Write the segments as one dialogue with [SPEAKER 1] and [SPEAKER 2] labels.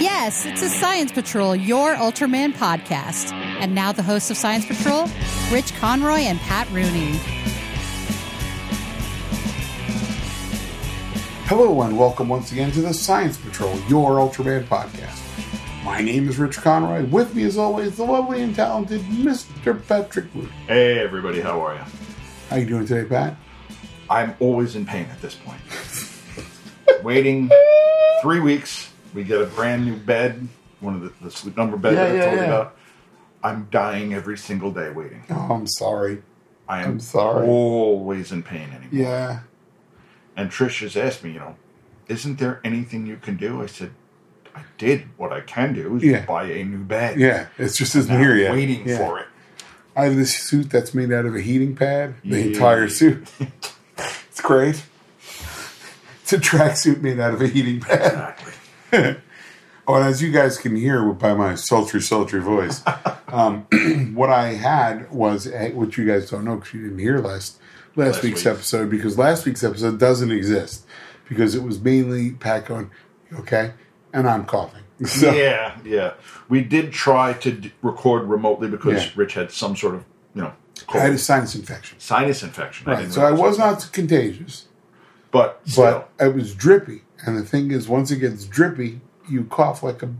[SPEAKER 1] Yes, it's a Science Patrol, your Ultraman podcast. And now the hosts of Science Patrol, Rich Conroy and Pat Rooney.
[SPEAKER 2] Hello and welcome once again to the Science Patrol, your Ultraman podcast. My name is Rich Conroy. With me, as always, the lovely and talented Mr. Patrick Root.
[SPEAKER 3] Hey everybody, how are you?
[SPEAKER 2] How you doing today, Pat?
[SPEAKER 3] I'm always in pain at this point. Waiting three weeks, we get a brand new bed, one of the, the sleep number bed
[SPEAKER 2] Yeah,
[SPEAKER 3] that I
[SPEAKER 2] yeah,
[SPEAKER 3] told
[SPEAKER 2] yeah.
[SPEAKER 3] you about. I'm dying every single day waiting.
[SPEAKER 2] Oh, I'm sorry.
[SPEAKER 3] I am
[SPEAKER 2] I'm sorry.
[SPEAKER 3] always in pain anymore.
[SPEAKER 2] Yeah.
[SPEAKER 3] And Trish has asked me, you know, isn't there anything you can do? I said, I did. What I can do is
[SPEAKER 2] Yeah.
[SPEAKER 3] buy a new bed.
[SPEAKER 2] Yeah. It's just isn't
[SPEAKER 3] Now
[SPEAKER 2] here yet.
[SPEAKER 3] Waiting
[SPEAKER 2] Yeah.
[SPEAKER 3] for it.
[SPEAKER 2] I have this suit that's made out of a heating pad. The
[SPEAKER 3] Yeah.
[SPEAKER 2] entire suit. it's great. It's a tracksuit made out of a heating pad.
[SPEAKER 3] Exactly.
[SPEAKER 2] Oh, and as you guys can hear by my sultry, sultry voice, um, what I had was, a, which you guys don't know because you didn't hear last last,
[SPEAKER 3] Last
[SPEAKER 2] week's
[SPEAKER 3] week.
[SPEAKER 2] episode, because last week's episode doesn't exist because it was mainly Pat going, "You okay, and I'm coughing. So,
[SPEAKER 3] Yeah, yeah. We did try to d- record remotely because
[SPEAKER 2] Yeah.
[SPEAKER 3] Rich had some sort of, you know,
[SPEAKER 2] I had a
[SPEAKER 3] cold,
[SPEAKER 2] sinus infection.
[SPEAKER 3] sinus infection.
[SPEAKER 2] Right.
[SPEAKER 3] didn't
[SPEAKER 2] So I
[SPEAKER 3] realize
[SPEAKER 2] was
[SPEAKER 3] that.
[SPEAKER 2] not contagious,
[SPEAKER 3] But still,
[SPEAKER 2] but I was drippy. And the thing is, once it gets drippy, you cough like a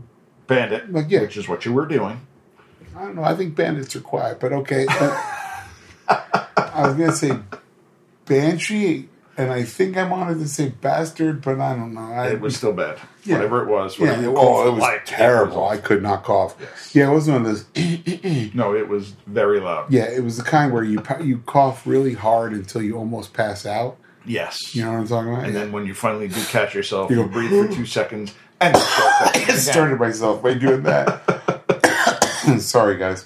[SPEAKER 3] Bandit,
[SPEAKER 2] Like, yeah.
[SPEAKER 3] which is what you were doing.
[SPEAKER 2] I don't know. I think bandits are quiet, but okay. I was gonna say banshee, and I think I wanted to say bastard, but I don't know. I,
[SPEAKER 3] It was still bad.
[SPEAKER 2] Yeah.
[SPEAKER 3] Whatever it was.
[SPEAKER 2] yeah.
[SPEAKER 3] Whatever it
[SPEAKER 2] oh, it was
[SPEAKER 3] like,
[SPEAKER 2] terrible.
[SPEAKER 3] it
[SPEAKER 2] I could not cough.
[SPEAKER 3] Yes.
[SPEAKER 2] Yeah, it wasn't one of those.
[SPEAKER 3] was- no, it was very loud.
[SPEAKER 2] yeah, it was the kind where you pa- you cough really hard until you almost pass out.
[SPEAKER 3] Yes.
[SPEAKER 2] You know what I'm talking about?
[SPEAKER 3] and
[SPEAKER 2] Yeah.
[SPEAKER 3] then when you finally do catch yourself,
[SPEAKER 2] You
[SPEAKER 3] you,
[SPEAKER 2] go,
[SPEAKER 3] breathe for two seconds and you start
[SPEAKER 2] I
[SPEAKER 3] back again.
[SPEAKER 2] started myself by doing that. Sorry, guys.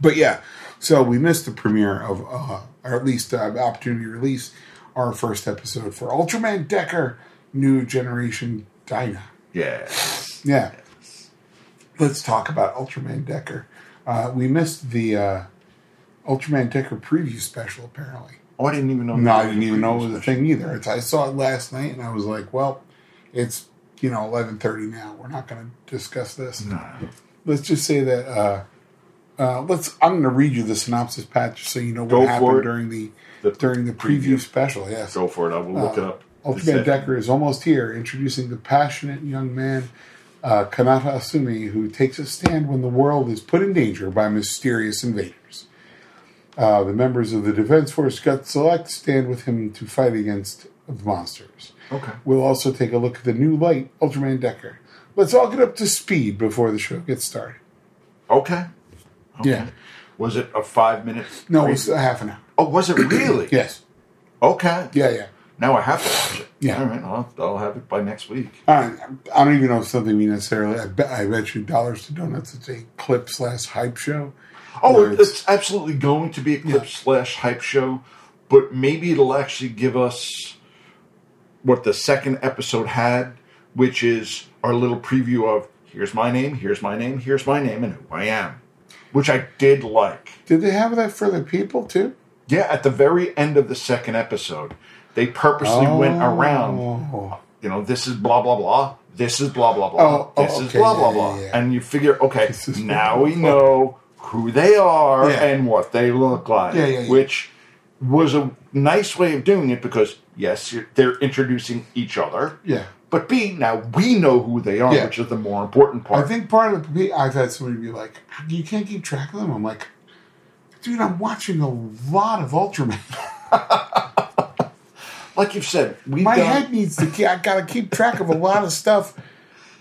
[SPEAKER 2] But yeah, so we missed the premiere of, uh, or at least uh, opportunity to release our first episode for Ultraman Decker New Generation Dyna.
[SPEAKER 3] Yes.
[SPEAKER 2] Yeah. Let's talk about Ultraman Decker. Uh, we missed the uh, Ultraman Decker preview special, apparently.
[SPEAKER 3] Oh, I didn't even know.
[SPEAKER 2] No, I didn't even know it was a thing either. It's, I saw it last night and I was like, well, it's, you know, 11.30 now. We're not going to discuss this
[SPEAKER 3] No.
[SPEAKER 2] let's just say that uh, uh, let's. I'm going to read you the synopsis, Pat, just so you know what
[SPEAKER 3] Go for
[SPEAKER 2] happened
[SPEAKER 3] it.
[SPEAKER 2] during the,
[SPEAKER 3] The
[SPEAKER 2] during the preview,
[SPEAKER 3] preview.
[SPEAKER 2] special. Yes,
[SPEAKER 3] Go for it. I will look
[SPEAKER 2] Uh,
[SPEAKER 3] it up.
[SPEAKER 2] Ultraman
[SPEAKER 3] It's-
[SPEAKER 2] Decker is almost here, introducing the passionate young man uh, Kanata Asumi, who takes a stand when the world is put in danger by mysterious invaders. Uh, the members of the Defense Force Gut Select stand with him to fight against the monsters.
[SPEAKER 3] Okay.
[SPEAKER 2] We'll also take a look at the new light, Ultraman Decker. Let's all get up to speed before the show gets started.
[SPEAKER 3] Okay. Okay.
[SPEAKER 2] Yeah.
[SPEAKER 3] Was it a five minute?
[SPEAKER 2] No,
[SPEAKER 3] preview?
[SPEAKER 2] it was a half an hour.
[SPEAKER 3] Oh, was it really?
[SPEAKER 2] Yes.
[SPEAKER 3] Okay.
[SPEAKER 2] Yeah, yeah.
[SPEAKER 3] Now I have to watch it.
[SPEAKER 2] Yeah.
[SPEAKER 3] All right. I'll, I'll have it by next week.
[SPEAKER 2] All right. I don't even know if something we necessarily. I bet, I bet you dollars to donuts it's a clip slash hype show.
[SPEAKER 3] Oh,
[SPEAKER 2] Where
[SPEAKER 3] it- it's, absolutely going to be a clip slash hype show, but maybe it'll actually give us what the second episode had, which is our little preview of here's my name, here's my name, here's my name, and who I am, which I did like.
[SPEAKER 2] Did they have that for the people too?
[SPEAKER 3] Yeah, at the very end of the second episode, they purposely went around.
[SPEAKER 2] Oh.
[SPEAKER 3] You know, this is blah blah blah. This is blah blah blah.
[SPEAKER 2] Oh, oh,
[SPEAKER 3] this is
[SPEAKER 2] okay,
[SPEAKER 3] blah
[SPEAKER 2] yeah,
[SPEAKER 3] blah
[SPEAKER 2] yeah,
[SPEAKER 3] blah.
[SPEAKER 2] yeah.
[SPEAKER 3] And you figure, okay,
[SPEAKER 2] This is
[SPEAKER 3] now we know who they are
[SPEAKER 2] Yeah.
[SPEAKER 3] and what they look like.
[SPEAKER 2] Yeah, yeah, yeah.
[SPEAKER 3] Which was a nice way of doing it because yes, you're, they're introducing each other.
[SPEAKER 2] Yeah.
[SPEAKER 3] But B, now we know who they are,
[SPEAKER 2] Yeah.
[SPEAKER 3] which is the more important
[SPEAKER 2] I
[SPEAKER 3] part.
[SPEAKER 2] think part of the. I've had somebody be like, "You can't keep track of them." I'm like, "Dude, I'm watching a lot of Ultraman.
[SPEAKER 3] like you've said, we
[SPEAKER 2] My
[SPEAKER 3] done,
[SPEAKER 2] head needs to. ke- I gotta keep track of a lot of stuff."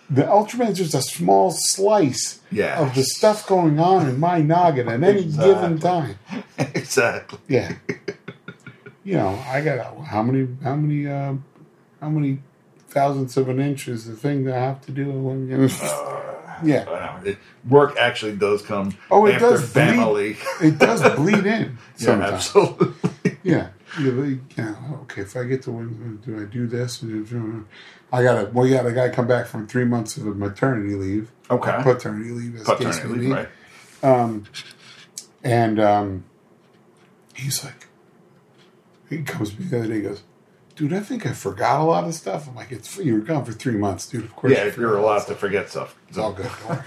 [SPEAKER 2] The Ultraman's just a small slice
[SPEAKER 3] Yeah.
[SPEAKER 2] of the stuff going on in my noggin at any given
[SPEAKER 3] Exactly.
[SPEAKER 2] time.
[SPEAKER 3] exactly.
[SPEAKER 2] Yeah. you know, I got how many how many uh, how many thousandths of an inch is the thing that I have to do? when- yeah,
[SPEAKER 3] I know. It, work actually does come
[SPEAKER 2] Oh, it
[SPEAKER 3] after
[SPEAKER 2] does bleed.
[SPEAKER 3] family.
[SPEAKER 2] it does bleed in
[SPEAKER 3] Yeah,
[SPEAKER 2] sometimes.
[SPEAKER 3] absolutely.
[SPEAKER 2] Yeah, You really- yeah. Okay, if I get to when do I do this? uh, I gotta. Well, yeah, I gotta come back from three months of maternity leave,
[SPEAKER 3] Okay.
[SPEAKER 2] paternity leave, as
[SPEAKER 3] Paternity
[SPEAKER 2] case may
[SPEAKER 3] leave,
[SPEAKER 2] be.
[SPEAKER 3] right.
[SPEAKER 2] And um, he's like, he comes to me the other day. He goes, dude, I think I forgot a lot of stuff. I'm like, it's you were gone for three months, dude. Of course,
[SPEAKER 3] Yeah,
[SPEAKER 2] you
[SPEAKER 3] if you're
[SPEAKER 2] forgot.
[SPEAKER 3] allowed to forget stuff.
[SPEAKER 2] It's all good. Don't worry.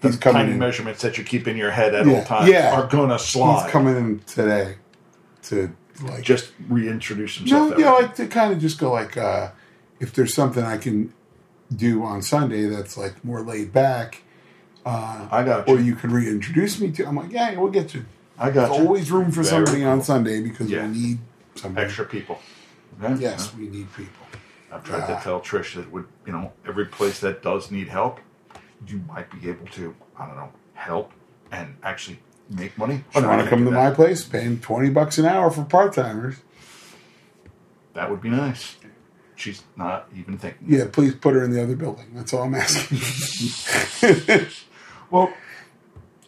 [SPEAKER 3] Those
[SPEAKER 2] He's coming
[SPEAKER 3] tiny
[SPEAKER 2] in.
[SPEAKER 3] measurements that you keep in your head at
[SPEAKER 2] Yeah,
[SPEAKER 3] all times
[SPEAKER 2] yeah.
[SPEAKER 3] are gonna slide.
[SPEAKER 2] He's coming in today to like
[SPEAKER 3] Just reintroduce himself.
[SPEAKER 2] No, yeah,
[SPEAKER 3] every-
[SPEAKER 2] like to kind of just go like, uh, if there's something I can do on Sunday that's like more laid back,
[SPEAKER 3] I got
[SPEAKER 2] or
[SPEAKER 3] you.
[SPEAKER 2] you could reintroduce me to. I'm like, yeah, we'll get you.
[SPEAKER 3] I got
[SPEAKER 2] There's
[SPEAKER 3] you.
[SPEAKER 2] always room for
[SPEAKER 3] Very
[SPEAKER 2] somebody on
[SPEAKER 3] cool.
[SPEAKER 2] Sunday because
[SPEAKER 3] Yeah.
[SPEAKER 2] we need somebody.
[SPEAKER 3] extra people. Okay?
[SPEAKER 2] Yes, we need people.
[SPEAKER 3] I've tried to tell Trish that would you know every place that does need help, you might be able to I don't know help and actually make money.
[SPEAKER 2] If you want
[SPEAKER 3] Try
[SPEAKER 2] to Oh, come
[SPEAKER 3] do
[SPEAKER 2] to
[SPEAKER 3] that.
[SPEAKER 2] my place, paying twenty bucks an hour for part timers.
[SPEAKER 3] That would be nice. She's not even thinking.
[SPEAKER 2] Yeah, please put her in the other building. That's all I'm asking.
[SPEAKER 3] Well,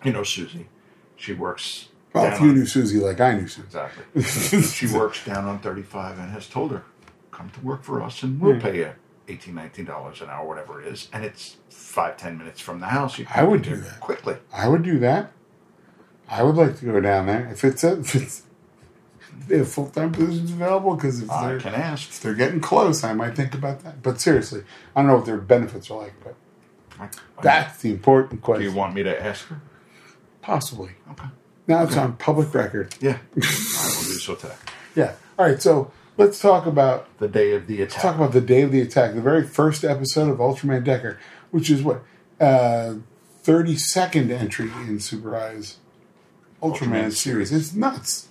[SPEAKER 3] you know Susie, she works.
[SPEAKER 2] well,
[SPEAKER 3] down
[SPEAKER 2] if you
[SPEAKER 3] on-
[SPEAKER 2] knew Susie like I knew Susie,
[SPEAKER 3] exactly. she works down on 35 and has told her, come to work for us and we'll
[SPEAKER 2] Hmm.
[SPEAKER 3] pay you 18 dollars an hour, whatever it is, and it's five ten minutes from the house. You
[SPEAKER 2] I would
[SPEAKER 3] get
[SPEAKER 2] do
[SPEAKER 3] there
[SPEAKER 2] that.
[SPEAKER 3] quickly.
[SPEAKER 2] I would do that. I would like to go down there if it's a, if it's if full time positions available because if
[SPEAKER 3] I
[SPEAKER 2] they're
[SPEAKER 3] can
[SPEAKER 2] if
[SPEAKER 3] ask.
[SPEAKER 2] they're getting close, I might think about that. But seriously, I don't know what their benefits are like, but that's the important
[SPEAKER 3] Do you
[SPEAKER 2] question.
[SPEAKER 3] want me to ask her?
[SPEAKER 2] Possibly
[SPEAKER 3] Okay.
[SPEAKER 2] now it's on public record.
[SPEAKER 3] Yeah. I will do so today.
[SPEAKER 2] Yeah. All right. So let's talk about
[SPEAKER 3] The day of the attack.
[SPEAKER 2] talk about the day of the attack, the very first episode of Ultraman Decker, which is what uh, thirty second entry in Super Eyes Ultraman,
[SPEAKER 3] Ultraman
[SPEAKER 2] series. It's nuts.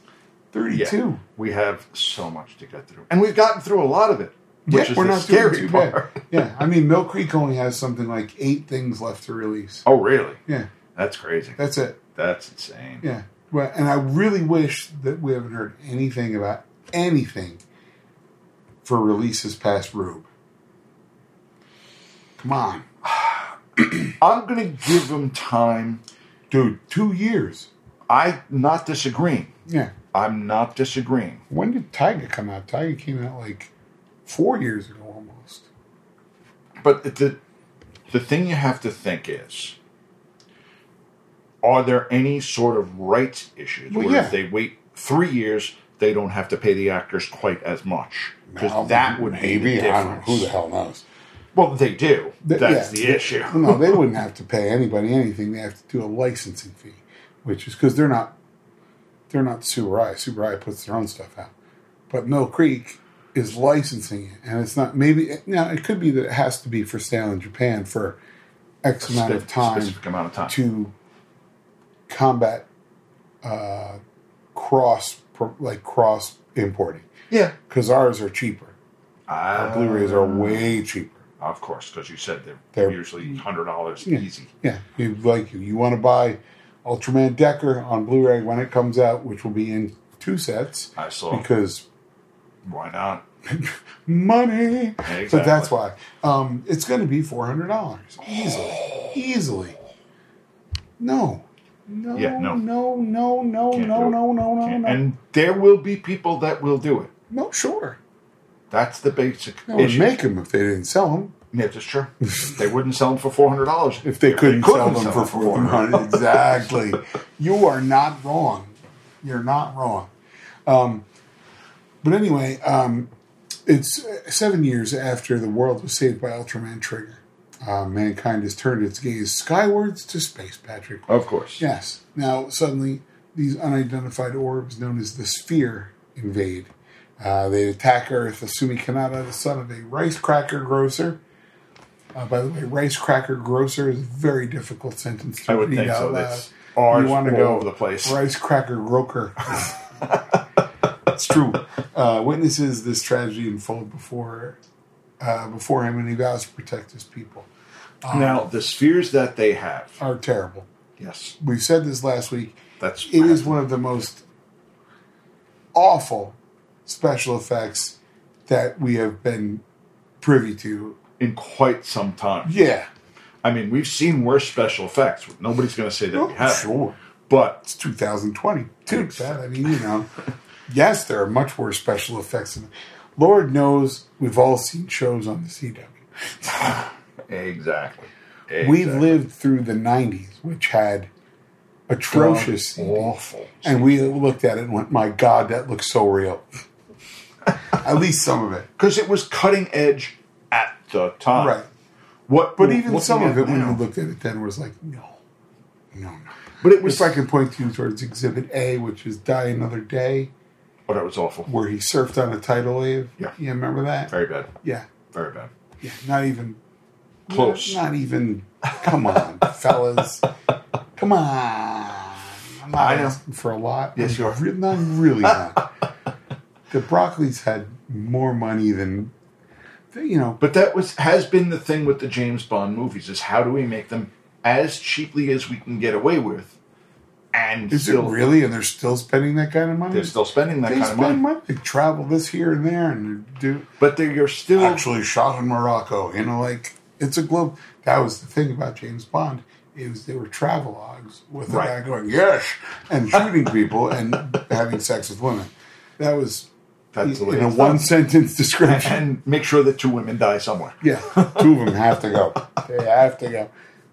[SPEAKER 2] Thirty
[SPEAKER 3] yeah.
[SPEAKER 2] two.
[SPEAKER 3] We have so much to get through. And we've gotten through a lot of it.
[SPEAKER 2] Yeah,
[SPEAKER 3] Which is
[SPEAKER 2] we're
[SPEAKER 3] the
[SPEAKER 2] not
[SPEAKER 3] scary
[SPEAKER 2] doing too
[SPEAKER 3] part.
[SPEAKER 2] bad. Yeah, I mean, Mill Creek only has something like eight things left to release.
[SPEAKER 3] Oh really?
[SPEAKER 2] Yeah,
[SPEAKER 3] That's crazy. That's,
[SPEAKER 2] that's it.
[SPEAKER 3] insane.
[SPEAKER 2] Yeah, well, and I really wish that we haven't heard anything about anything for releases past Rube. Come on,
[SPEAKER 3] I'm gonna give them time.
[SPEAKER 2] dude, two years.
[SPEAKER 3] I not disagreeing.
[SPEAKER 2] Yeah,
[SPEAKER 3] I'm not disagreeing.
[SPEAKER 2] when did Tyga come out? Tyga came out like four years ago almost.
[SPEAKER 3] But the the thing you have to think is are there any sort of rights issues
[SPEAKER 2] Well,
[SPEAKER 3] where
[SPEAKER 2] yeah.
[SPEAKER 3] if they wait three years they don't have to pay the actors quite as much because
[SPEAKER 2] Now,
[SPEAKER 3] that would be the
[SPEAKER 2] I
[SPEAKER 3] difference.
[SPEAKER 2] don't know. Who the hell knows?
[SPEAKER 3] Well, they do.
[SPEAKER 2] Th-
[SPEAKER 3] That's
[SPEAKER 2] yeah.
[SPEAKER 3] the issue.
[SPEAKER 2] no, they wouldn't have to pay anybody anything. They have to do a licensing fee, which is because they're not they're not Super I. Super I puts their own stuff out, but Mill Creek is licensing it, and it's not maybe now it could be that it has to be for sale in Japan for X amount of
[SPEAKER 3] Spe-
[SPEAKER 2] time
[SPEAKER 3] Specific amount of time.
[SPEAKER 2] to combat uh, cross pro- like cross importing
[SPEAKER 3] yeah.
[SPEAKER 2] because ours are cheaper. Our
[SPEAKER 3] Uh,
[SPEAKER 2] Blu-rays are way cheaper.
[SPEAKER 3] Of course, because you said they're,
[SPEAKER 2] They're- mm.
[SPEAKER 3] usually hundred dollars
[SPEAKER 2] Yeah.
[SPEAKER 3] easy.
[SPEAKER 2] Yeah, you like you. You want to buy Ultraman Decker on Blu-ray when it comes out, which will be in two sets
[SPEAKER 3] I saw.
[SPEAKER 2] because
[SPEAKER 3] Why not?
[SPEAKER 2] money. So that's
[SPEAKER 3] Exactly.
[SPEAKER 2] why um, it's going to be four hundred dollars easily, easily. No, no,
[SPEAKER 3] Yeah, no.
[SPEAKER 2] no, no, no,
[SPEAKER 3] Can't do
[SPEAKER 2] no,
[SPEAKER 3] it.
[SPEAKER 2] no, no, Oh, no, no.
[SPEAKER 3] And there will be people that will do it.
[SPEAKER 2] No, sure.
[SPEAKER 3] That's the basic
[SPEAKER 2] I would
[SPEAKER 3] issue.
[SPEAKER 2] make them if they didn't sell them.
[SPEAKER 3] Yeah, that's true. they wouldn't sell them for four hundred dollars
[SPEAKER 2] If they couldn't, sell them for four hundred, exactly. you are not wrong. You're not wrong. Um, but anyway, um, it's uh, seven years after the world was saved by Ultraman Trigger. Uh, mankind has turned its gaze skywards to space, Patrick.
[SPEAKER 3] Of course.
[SPEAKER 2] Yes. Now, suddenly, these unidentified orbs known as the Sphere invade. Uh, they attack Earth. Asumi Kanata, the son of a rice cracker grocer. Uh, by the way, rice cracker grocer is a very difficult sentence to
[SPEAKER 3] I would
[SPEAKER 2] read
[SPEAKER 3] think
[SPEAKER 2] out
[SPEAKER 3] so.
[SPEAKER 2] loud.
[SPEAKER 3] That's ours
[SPEAKER 2] you want to
[SPEAKER 3] all
[SPEAKER 2] go
[SPEAKER 3] over the place.
[SPEAKER 2] Rice cracker groker. it's true. Uh, witnesses this tragedy unfold before uh, before him, and he vows to protect his people.
[SPEAKER 3] Now the spheres that they have.
[SPEAKER 2] Are terrible.
[SPEAKER 3] Yes,
[SPEAKER 2] We said this last week.
[SPEAKER 3] that's
[SPEAKER 2] It is one of the most awful special effects that we have been privy to.
[SPEAKER 3] in quite some time.
[SPEAKER 2] Yeah.
[SPEAKER 3] I mean, we've seen worse special effects. Nobody's going to say that we have.
[SPEAKER 2] Oh, sure.
[SPEAKER 3] But
[SPEAKER 2] It's 2020. Dude, that, I mean, you know, yes, there are much worse special effects. Than Lord knows we've all seen shows on the CW.
[SPEAKER 3] exactly.
[SPEAKER 2] We
[SPEAKER 3] Exactly.
[SPEAKER 2] lived through the 90s, which had atrocious CDs.
[SPEAKER 3] awful.
[SPEAKER 2] And we looked at it and went, my God, that looks so real. At least some of it.
[SPEAKER 3] because it was cutting edge at the time.
[SPEAKER 2] Right.
[SPEAKER 3] What,
[SPEAKER 2] But even some of it,
[SPEAKER 3] we
[SPEAKER 2] when we looked at it then, was like, no, no, no.
[SPEAKER 3] but it was
[SPEAKER 2] If I
[SPEAKER 3] like,
[SPEAKER 2] can point you towards Exhibit A, which is Die Another Day,
[SPEAKER 3] oh, that was awful.
[SPEAKER 2] where he surfed on a tidal wave.
[SPEAKER 3] Yeah.
[SPEAKER 2] You remember that?
[SPEAKER 3] Very bad.
[SPEAKER 2] Yeah.
[SPEAKER 3] Very bad.
[SPEAKER 2] Yeah. Not even
[SPEAKER 3] Close.
[SPEAKER 2] Not, not even. Come on, fellas. Come on. I'm not
[SPEAKER 3] I know.
[SPEAKER 2] asking for a lot.
[SPEAKER 3] Yes,
[SPEAKER 2] I'm
[SPEAKER 3] you are.
[SPEAKER 2] re- not really not. the Broccoli's had more money than, you know,
[SPEAKER 3] But that was has been the thing with the James Bond movies is how do we make them as cheaply as we can get away with, and
[SPEAKER 2] Is
[SPEAKER 3] still
[SPEAKER 2] it really? And they're still spending that kind of money?
[SPEAKER 3] they're still spending that
[SPEAKER 2] they
[SPEAKER 3] kind of
[SPEAKER 2] spend
[SPEAKER 3] money.
[SPEAKER 2] money. They travel this here and there and they do.
[SPEAKER 3] But they are still
[SPEAKER 2] Actually, shot in Morocco. You know, like it's a globe. That was the thing about James Bond is they were travelogues with the
[SPEAKER 3] Right.
[SPEAKER 2] guy going yes and shooting people and having sex with women. That was
[SPEAKER 3] that's the way
[SPEAKER 2] in a
[SPEAKER 3] it's
[SPEAKER 2] one
[SPEAKER 3] done.
[SPEAKER 2] sentence description.
[SPEAKER 3] and make sure that two women die somewhere.
[SPEAKER 2] Yeah, two of them have to go. They have to go.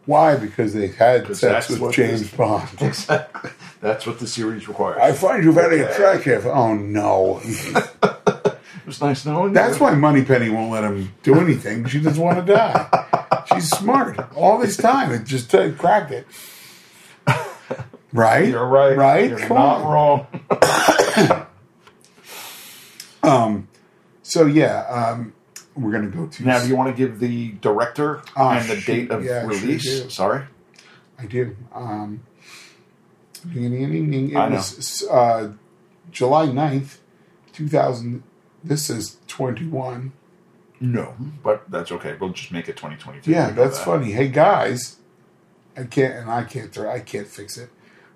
[SPEAKER 2] Why? Because they had sex
[SPEAKER 3] that's
[SPEAKER 2] with
[SPEAKER 3] what
[SPEAKER 2] James
[SPEAKER 3] this-
[SPEAKER 2] Bond.
[SPEAKER 3] Exactly. That's what the series requires.
[SPEAKER 2] I find you very attractive. Oh no.
[SPEAKER 3] it was nice knowing
[SPEAKER 2] That's
[SPEAKER 3] you.
[SPEAKER 2] why Moneypenny won't let him do anything. She doesn't want to die. She's smart. All this time, it just uh, cracked it. Right?
[SPEAKER 3] You're right.
[SPEAKER 2] Right?
[SPEAKER 3] You're
[SPEAKER 2] Come
[SPEAKER 3] not
[SPEAKER 2] on.
[SPEAKER 3] wrong.
[SPEAKER 2] So, yeah, um, we're going to go to.
[SPEAKER 3] Now, do you want to give the director
[SPEAKER 2] Ah,
[SPEAKER 3] and the
[SPEAKER 2] shoot.
[SPEAKER 3] date of
[SPEAKER 2] Yeah, I sure
[SPEAKER 3] release?
[SPEAKER 2] do.
[SPEAKER 3] Sorry.
[SPEAKER 2] I do. Um, ding, ding, ding, ding. It
[SPEAKER 3] I know.
[SPEAKER 2] was uh, July 9th, 2000. This is 21.
[SPEAKER 3] No, but that's okay. We'll just make it 2022.
[SPEAKER 2] Yeah,
[SPEAKER 3] We know
[SPEAKER 2] that's
[SPEAKER 3] that.
[SPEAKER 2] funny. Hey guys, I can't and I can't throw, I can't fix it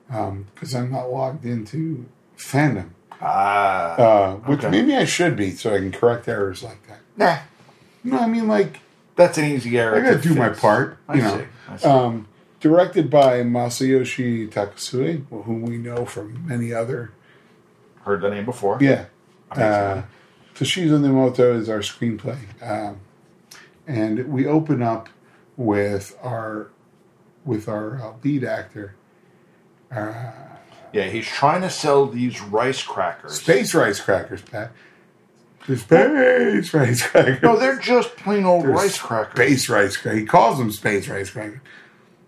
[SPEAKER 2] because I'm not logged into fandom,
[SPEAKER 3] Ah,
[SPEAKER 2] uh, which
[SPEAKER 3] Okay.
[SPEAKER 2] maybe I should be so I can correct errors like that.
[SPEAKER 3] nah,
[SPEAKER 2] No, I mean like
[SPEAKER 3] that's an easy error.
[SPEAKER 2] I gotta
[SPEAKER 3] to
[SPEAKER 2] do my
[SPEAKER 3] fix.
[SPEAKER 2] part,
[SPEAKER 3] I
[SPEAKER 2] you
[SPEAKER 3] see,
[SPEAKER 2] know.
[SPEAKER 3] I see.
[SPEAKER 2] Um, directed by Masayoshi Takasue, whom we know from many other
[SPEAKER 3] Heard the name before.
[SPEAKER 2] yeah.
[SPEAKER 3] Amazing.
[SPEAKER 2] Uh, Toshizo Nemoto is our screenplay. Um, and we open up with our with our uh, lead actor,
[SPEAKER 3] yeah, he's trying to sell these rice crackers.
[SPEAKER 2] Space rice crackers, Pat. The space rice crackers.
[SPEAKER 3] No, they're just plain old
[SPEAKER 2] They're
[SPEAKER 3] rice crackers.
[SPEAKER 2] space rice crackers. He calls them space rice crackers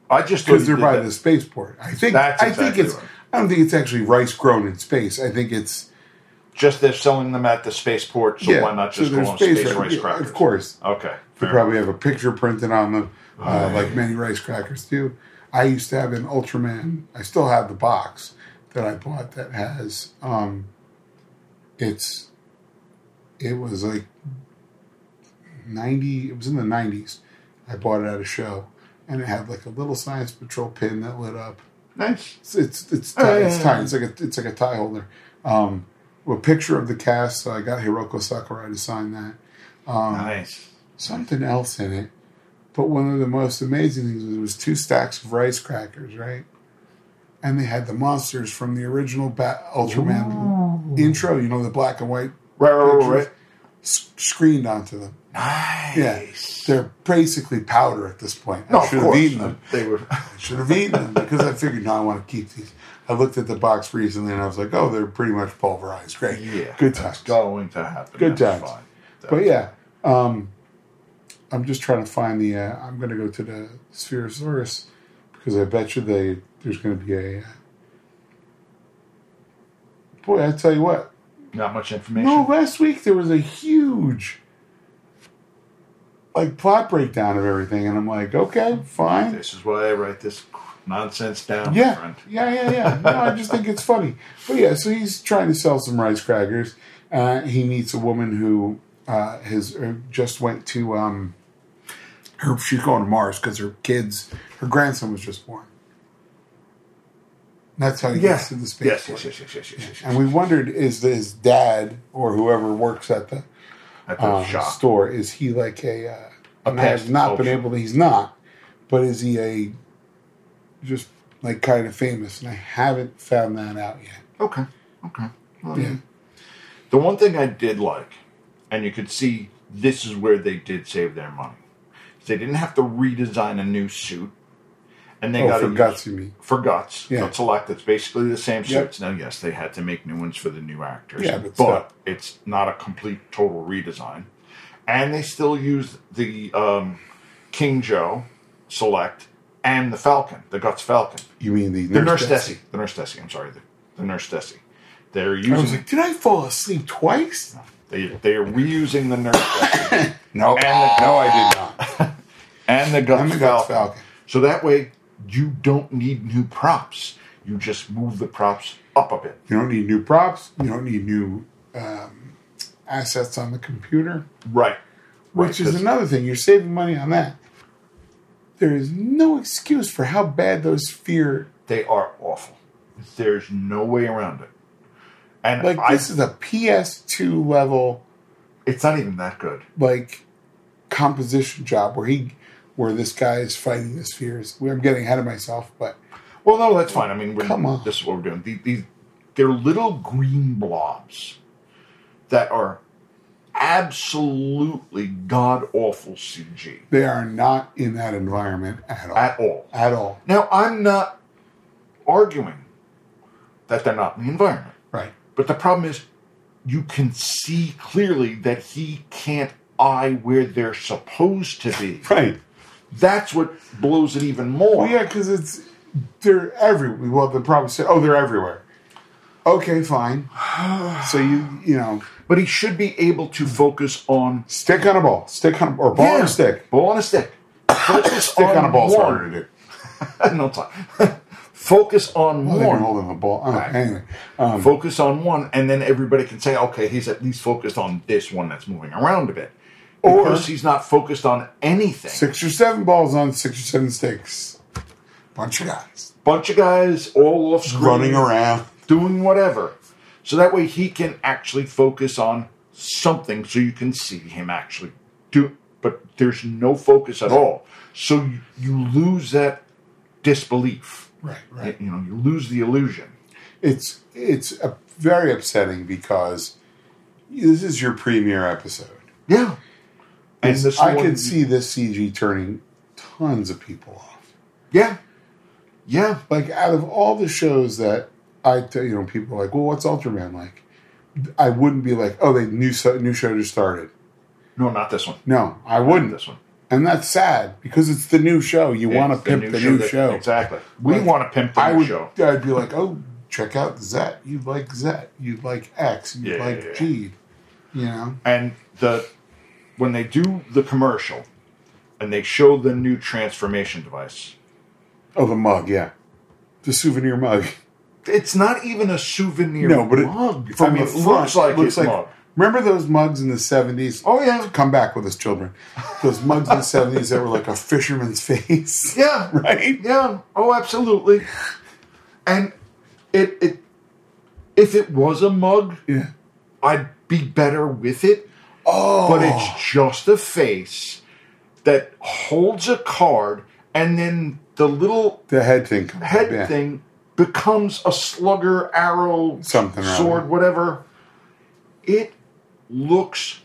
[SPEAKER 3] I just thought
[SPEAKER 2] because
[SPEAKER 3] he
[SPEAKER 2] they're
[SPEAKER 3] did
[SPEAKER 2] by
[SPEAKER 3] that.
[SPEAKER 2] the spaceport. I think.
[SPEAKER 3] That's
[SPEAKER 2] I
[SPEAKER 3] exactly
[SPEAKER 2] think it's.
[SPEAKER 3] right.
[SPEAKER 2] I don't think it's actually rice grown in space. I think it's.
[SPEAKER 3] just they're selling them at the spaceport. So
[SPEAKER 2] yeah.
[SPEAKER 3] why not
[SPEAKER 2] so
[SPEAKER 3] just
[SPEAKER 2] they're
[SPEAKER 3] call them space, rice
[SPEAKER 2] yeah,
[SPEAKER 3] crackers?
[SPEAKER 2] Of course,
[SPEAKER 3] Okay.
[SPEAKER 2] they
[SPEAKER 3] fair. Oh,
[SPEAKER 2] probably have a picture printed on them, uh, like many rice crackers do. I used to have an Ultraman. I still have the box that I bought that has. Um, it's. It was like 90 it was in the 90s i bought it at a show and it had like a little science patrol pin that lit up
[SPEAKER 3] nice.
[SPEAKER 2] it's it's it's,
[SPEAKER 3] Oh,
[SPEAKER 2] tie,
[SPEAKER 3] yeah,
[SPEAKER 2] it's
[SPEAKER 3] yeah,
[SPEAKER 2] tiny it's like a it's like a tie holder um with a picture of the cast so i got hiroko sakurai to sign that
[SPEAKER 3] nice.
[SPEAKER 2] Um, something else in it but one of the most amazing things was it was two stacks of rice crackers right and they had the monsters from the original Bat- ultraman intro you know the black and white
[SPEAKER 3] Right, right, right, right.
[SPEAKER 2] pictures s- screened onto them yeah,
[SPEAKER 3] Nice.
[SPEAKER 2] they're basically powder at this point. I
[SPEAKER 3] No, of
[SPEAKER 2] should have
[SPEAKER 3] course.
[SPEAKER 2] eaten them.
[SPEAKER 3] They were.
[SPEAKER 2] I should have eaten them because I figured, no, I want to keep these. I looked at the box recently and I was like, oh, they're pretty much pulverized. Great.
[SPEAKER 3] Yeah.
[SPEAKER 2] Good
[SPEAKER 3] that's
[SPEAKER 2] times.
[SPEAKER 3] Going to happen.
[SPEAKER 2] Good
[SPEAKER 3] that's
[SPEAKER 2] times.
[SPEAKER 3] fine.
[SPEAKER 2] But yeah, um, I'm just trying to find the. Uh, I'm going to go to the Spherosaurus because I bet you they there's going to be a. Uh, boy, I tell you what.
[SPEAKER 3] Not much information.
[SPEAKER 2] No, last week there was a huge like plot breakdown of everything, and I'm like, okay, fine.
[SPEAKER 3] This is why I write this nonsense down, my
[SPEAKER 2] Yeah,
[SPEAKER 3] friend.
[SPEAKER 2] yeah, yeah, yeah. No, I just think it's funny. But yeah, so he's trying to sell some rice crackers. Uh, he meets a woman who uh, has uh, just went to um, her. She's going to Mars because her kids, her grandson was just born. And that's how he gets to the space.
[SPEAKER 3] Yes, yes, yes, yes, yes, yes, yes. yes.
[SPEAKER 2] And we wondered is his dad or whoever works at the
[SPEAKER 3] At the
[SPEAKER 2] um,
[SPEAKER 3] shop.
[SPEAKER 2] store is he like a? Uh, and I
[SPEAKER 3] pest
[SPEAKER 2] have not been
[SPEAKER 3] culture.
[SPEAKER 2] able to. He's not, but is he a just like kind of famous? And I haven't found that out yet.
[SPEAKER 3] Okay. Okay. Well,
[SPEAKER 2] Yeah.
[SPEAKER 3] The one thing I did like, and you could see this is where they did save their money, is they didn't have to redesign a new suit, and they
[SPEAKER 2] Oh,
[SPEAKER 3] got
[SPEAKER 2] for
[SPEAKER 3] to
[SPEAKER 2] guts, you mean?
[SPEAKER 3] for guts.
[SPEAKER 2] Yeah.
[SPEAKER 3] So it's a lot that's basically the same
[SPEAKER 2] Yep.
[SPEAKER 3] scripts. Now, yes, they had to make new ones for the new actors,
[SPEAKER 2] Yeah, but
[SPEAKER 3] but,
[SPEAKER 2] still.
[SPEAKER 3] it's not a complete total redesign. And they still use the um, King Joe select and the Falcon, the Guts Falcon,
[SPEAKER 2] You mean the
[SPEAKER 3] the Nurse Desi, the Nurse Desi. I'm sorry, the, the Nurse Desi. They're using.
[SPEAKER 2] I was like, did I fall asleep twice?
[SPEAKER 3] They they are reusing the Nerf Falcon
[SPEAKER 2] No,
[SPEAKER 3] And the-
[SPEAKER 2] no, I did not.
[SPEAKER 3] and the Guts
[SPEAKER 2] I'm a Guts
[SPEAKER 3] Falcon.
[SPEAKER 2] Falcon.
[SPEAKER 3] So that way you don't need new props. You just move the props up a bit.
[SPEAKER 2] You don't need new props. You don't need new um, assets on the computer,
[SPEAKER 3] Right. Right.
[SPEAKER 2] which is
[SPEAKER 3] 'cause-
[SPEAKER 2] another thing. You're saving money on that. There is no excuse for how bad those fear.
[SPEAKER 3] they are awful. There's no way around it. And
[SPEAKER 2] Like
[SPEAKER 3] I,
[SPEAKER 2] this is a PS2 level
[SPEAKER 3] it's not even that good.
[SPEAKER 2] like composition job where he where this guy is fighting his fears. Where I'm getting ahead of myself, but
[SPEAKER 3] Well, no, that's fine. I mean, we're,
[SPEAKER 2] Come on.
[SPEAKER 3] this is what we're doing. These, these they're little green blobs that are absolutely god awful CG
[SPEAKER 2] they are not in that environment at all.
[SPEAKER 3] at all.
[SPEAKER 2] at all.
[SPEAKER 3] Now, I'm not arguing that they're not in the environment,
[SPEAKER 2] Right.
[SPEAKER 3] but the problem is you can see clearly that he can't eye where they're supposed to be.
[SPEAKER 2] Right.
[SPEAKER 3] That's what blows it even more.
[SPEAKER 2] Well, yeah, because it's they're every. Well, the problem is, oh, they're everywhere. Okay, fine. So you you know,
[SPEAKER 3] But he should be able to focus on
[SPEAKER 2] stick on a ball, stick on or ball on
[SPEAKER 3] Yeah,
[SPEAKER 2] a stick,
[SPEAKER 3] Ball on a stick. Focus
[SPEAKER 2] stick on, a ball. is harder
[SPEAKER 3] one.
[SPEAKER 2] to do.
[SPEAKER 3] no time. Focus on
[SPEAKER 2] Well, they can
[SPEAKER 3] one.
[SPEAKER 2] hold on a ball. I don't know.
[SPEAKER 3] Right.
[SPEAKER 2] Anyway, um,
[SPEAKER 3] Focus on one, and then everybody can say, okay, he's at least focused on this one that's moving around a bit.
[SPEAKER 2] Or-
[SPEAKER 3] Because he's not focused on anything.
[SPEAKER 2] six or seven balls on six or seven sticks. Bunch of guys
[SPEAKER 3] bunch of guys all off screen
[SPEAKER 2] running around.
[SPEAKER 3] doing whatever so that way he can actually focus on something so you can see him actually do but there's no focus at all so you, you lose that disbelief
[SPEAKER 2] Right,
[SPEAKER 3] you, you know you lose the illusion
[SPEAKER 2] It's it's uh very upsetting because this is your premiere episode.
[SPEAKER 3] yeah and
[SPEAKER 2] It's-
[SPEAKER 3] this
[SPEAKER 2] I
[SPEAKER 3] one-
[SPEAKER 2] can see this CG turning tons of people off.
[SPEAKER 3] yeah yeah
[SPEAKER 2] like out of all the shows that I, t- you know, people are like, well, what's Ultraman like? I wouldn't be like, oh, the new so- new show just started.
[SPEAKER 3] no not this one
[SPEAKER 2] No, I wouldn't,
[SPEAKER 3] this one
[SPEAKER 2] and that's sad because it's the new show. You want to
[SPEAKER 3] It's
[SPEAKER 2] pimp the new
[SPEAKER 3] that-
[SPEAKER 2] show.
[SPEAKER 3] exactly we
[SPEAKER 2] Like,
[SPEAKER 3] want to pimp the
[SPEAKER 2] I
[SPEAKER 3] new
[SPEAKER 2] would.
[SPEAKER 3] show
[SPEAKER 2] I'd be like, oh, check out Zet. You like Zet. You like X. You
[SPEAKER 3] Yeah,
[SPEAKER 2] like
[SPEAKER 3] yeah, yeah.
[SPEAKER 2] G. You know,
[SPEAKER 3] and the when they do the commercial and they show the new transformation device
[SPEAKER 2] oh, the mug, yeah, the souvenir mug.
[SPEAKER 3] it's not even a souvenir
[SPEAKER 2] No, but it,
[SPEAKER 3] mug
[SPEAKER 2] from
[SPEAKER 3] I mean,
[SPEAKER 2] the
[SPEAKER 3] it
[SPEAKER 2] front,
[SPEAKER 3] looks like
[SPEAKER 2] looks
[SPEAKER 3] it's
[SPEAKER 2] like.
[SPEAKER 3] mug.
[SPEAKER 2] Remember those mugs in the seventies?
[SPEAKER 3] oh yeah
[SPEAKER 2] come back with us, children. Those mugs in the seventies that were like a fisherman's face,
[SPEAKER 3] yeah
[SPEAKER 2] right?
[SPEAKER 3] yeah oh absolutely and it it if it was a mug
[SPEAKER 2] Yeah.
[SPEAKER 3] i'd be better with it
[SPEAKER 2] Oh,
[SPEAKER 3] but it's just a face that holds a card and then the little
[SPEAKER 2] the head thing. comes up,
[SPEAKER 3] head
[SPEAKER 2] yeah.
[SPEAKER 3] thing becomes a slugger, arrow,
[SPEAKER 2] Something or other.
[SPEAKER 3] sword, whatever. It looks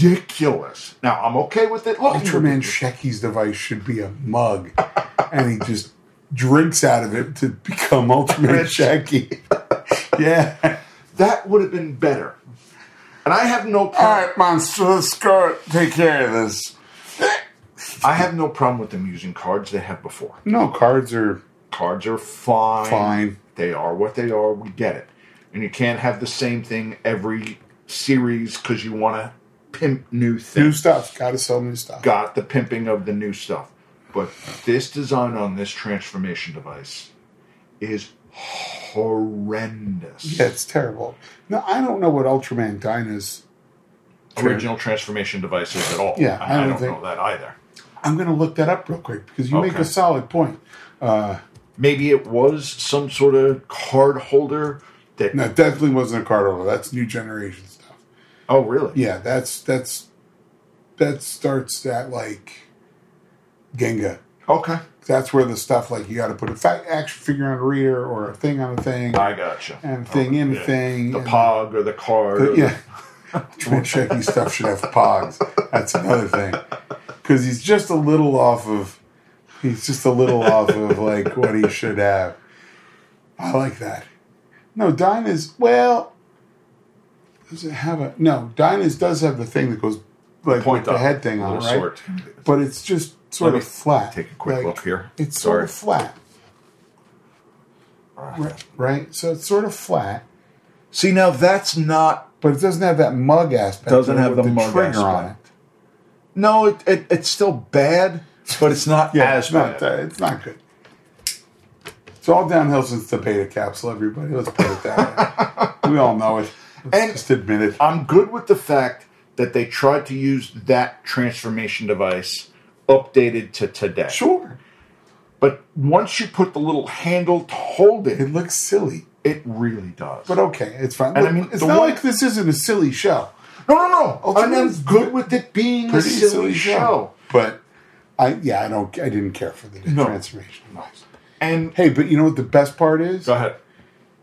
[SPEAKER 3] ridiculous. Now I'm okay with it. Look,
[SPEAKER 2] Ultraman Sheki's device should be a mug, and he just drinks out of it to become Ultraman Sheki. yeah.
[SPEAKER 3] that would have been better. And I have no
[SPEAKER 2] All
[SPEAKER 3] problem.
[SPEAKER 2] right, monster. Let's go. Take care of this.
[SPEAKER 3] I have no problem with them using cards they have before.
[SPEAKER 2] No cards are
[SPEAKER 3] Cards are fine.
[SPEAKER 2] Fine.
[SPEAKER 3] They are what they are. We get it. And you can't have the same thing every series because you want to pimp new things.
[SPEAKER 2] new stuff. Got to sell new stuff.
[SPEAKER 3] got the pimping of the new stuff. But this design on this transformation device is horrendous.
[SPEAKER 2] yeah, it's terrible. No, I don't know what Ultraman Dinah's
[SPEAKER 3] Original transformation device is at all.
[SPEAKER 2] Yeah,
[SPEAKER 3] I, I don't,
[SPEAKER 2] think-
[SPEAKER 3] know that either.
[SPEAKER 2] I'm going to look that up real quick because you make
[SPEAKER 3] Okay.
[SPEAKER 2] a solid point. Uh,
[SPEAKER 3] Maybe it was some sort of card holder that.
[SPEAKER 2] no, it definitely wasn't a card order. That's new generation stuff.
[SPEAKER 3] Oh, really?
[SPEAKER 2] Yeah, that's that's that starts that like Genga.
[SPEAKER 3] Okay.
[SPEAKER 2] That's where the stuff like you got to put a fact action figure on a reader or a thing on a thing
[SPEAKER 3] I gotcha.
[SPEAKER 2] and thing in
[SPEAKER 3] Yeah.
[SPEAKER 2] thing.
[SPEAKER 3] The
[SPEAKER 2] and-
[SPEAKER 3] pog or the card. or
[SPEAKER 2] But
[SPEAKER 3] the-
[SPEAKER 2] yeah, Trashecki stuff should have pogs. That's another thing because he's just a little off of He's just a little off of like what he should have. I like that. No, Dinah's well. Does it have a no? Dinah's does have the thing that goes like
[SPEAKER 3] Point
[SPEAKER 2] with the
[SPEAKER 3] up.
[SPEAKER 2] head thing on,
[SPEAKER 3] Little
[SPEAKER 2] right?
[SPEAKER 3] sword.
[SPEAKER 2] But it's just sort
[SPEAKER 3] Let
[SPEAKER 2] of
[SPEAKER 3] me
[SPEAKER 2] flat.
[SPEAKER 3] take a quick look here.
[SPEAKER 2] It's sort
[SPEAKER 3] Sorry.
[SPEAKER 2] of flat, right? right? So it's sort of flat,
[SPEAKER 3] See, now that's not.
[SPEAKER 2] but it doesn't have that mug aspect.
[SPEAKER 3] Doesn't
[SPEAKER 2] of it
[SPEAKER 3] have
[SPEAKER 2] with
[SPEAKER 3] the mug
[SPEAKER 2] trigger on it.
[SPEAKER 3] aspect. No, it, it, it's still bad, but it's not
[SPEAKER 2] Yeah,
[SPEAKER 3] as
[SPEAKER 2] it's not.
[SPEAKER 3] bad.
[SPEAKER 2] uh, it's not good. It's all downhill since the beta capsule, everybody. Let's put it that way. we all know it. Let's
[SPEAKER 3] And-
[SPEAKER 2] just admit it.
[SPEAKER 3] I'm good with the fact that they tried to use that transformation device updated to today.
[SPEAKER 2] Sure,
[SPEAKER 3] But once you put the little handle to hold
[SPEAKER 2] it
[SPEAKER 3] it,
[SPEAKER 2] looks silly,
[SPEAKER 3] it really does.
[SPEAKER 2] but okay, it's fine.
[SPEAKER 3] And I
[SPEAKER 2] Look,
[SPEAKER 3] mean,
[SPEAKER 2] it's
[SPEAKER 3] the
[SPEAKER 2] not
[SPEAKER 3] one-
[SPEAKER 2] like this isn't a silly show.
[SPEAKER 3] no, no, no. and
[SPEAKER 2] Ultraman's
[SPEAKER 3] I'm good with it being a
[SPEAKER 2] Pretty
[SPEAKER 3] silly, show.
[SPEAKER 2] but I yeah, I don't. I didn't care for the
[SPEAKER 3] No.
[SPEAKER 2] transformation.
[SPEAKER 3] And
[SPEAKER 2] Hey, but you know what the best part is?
[SPEAKER 3] go ahead.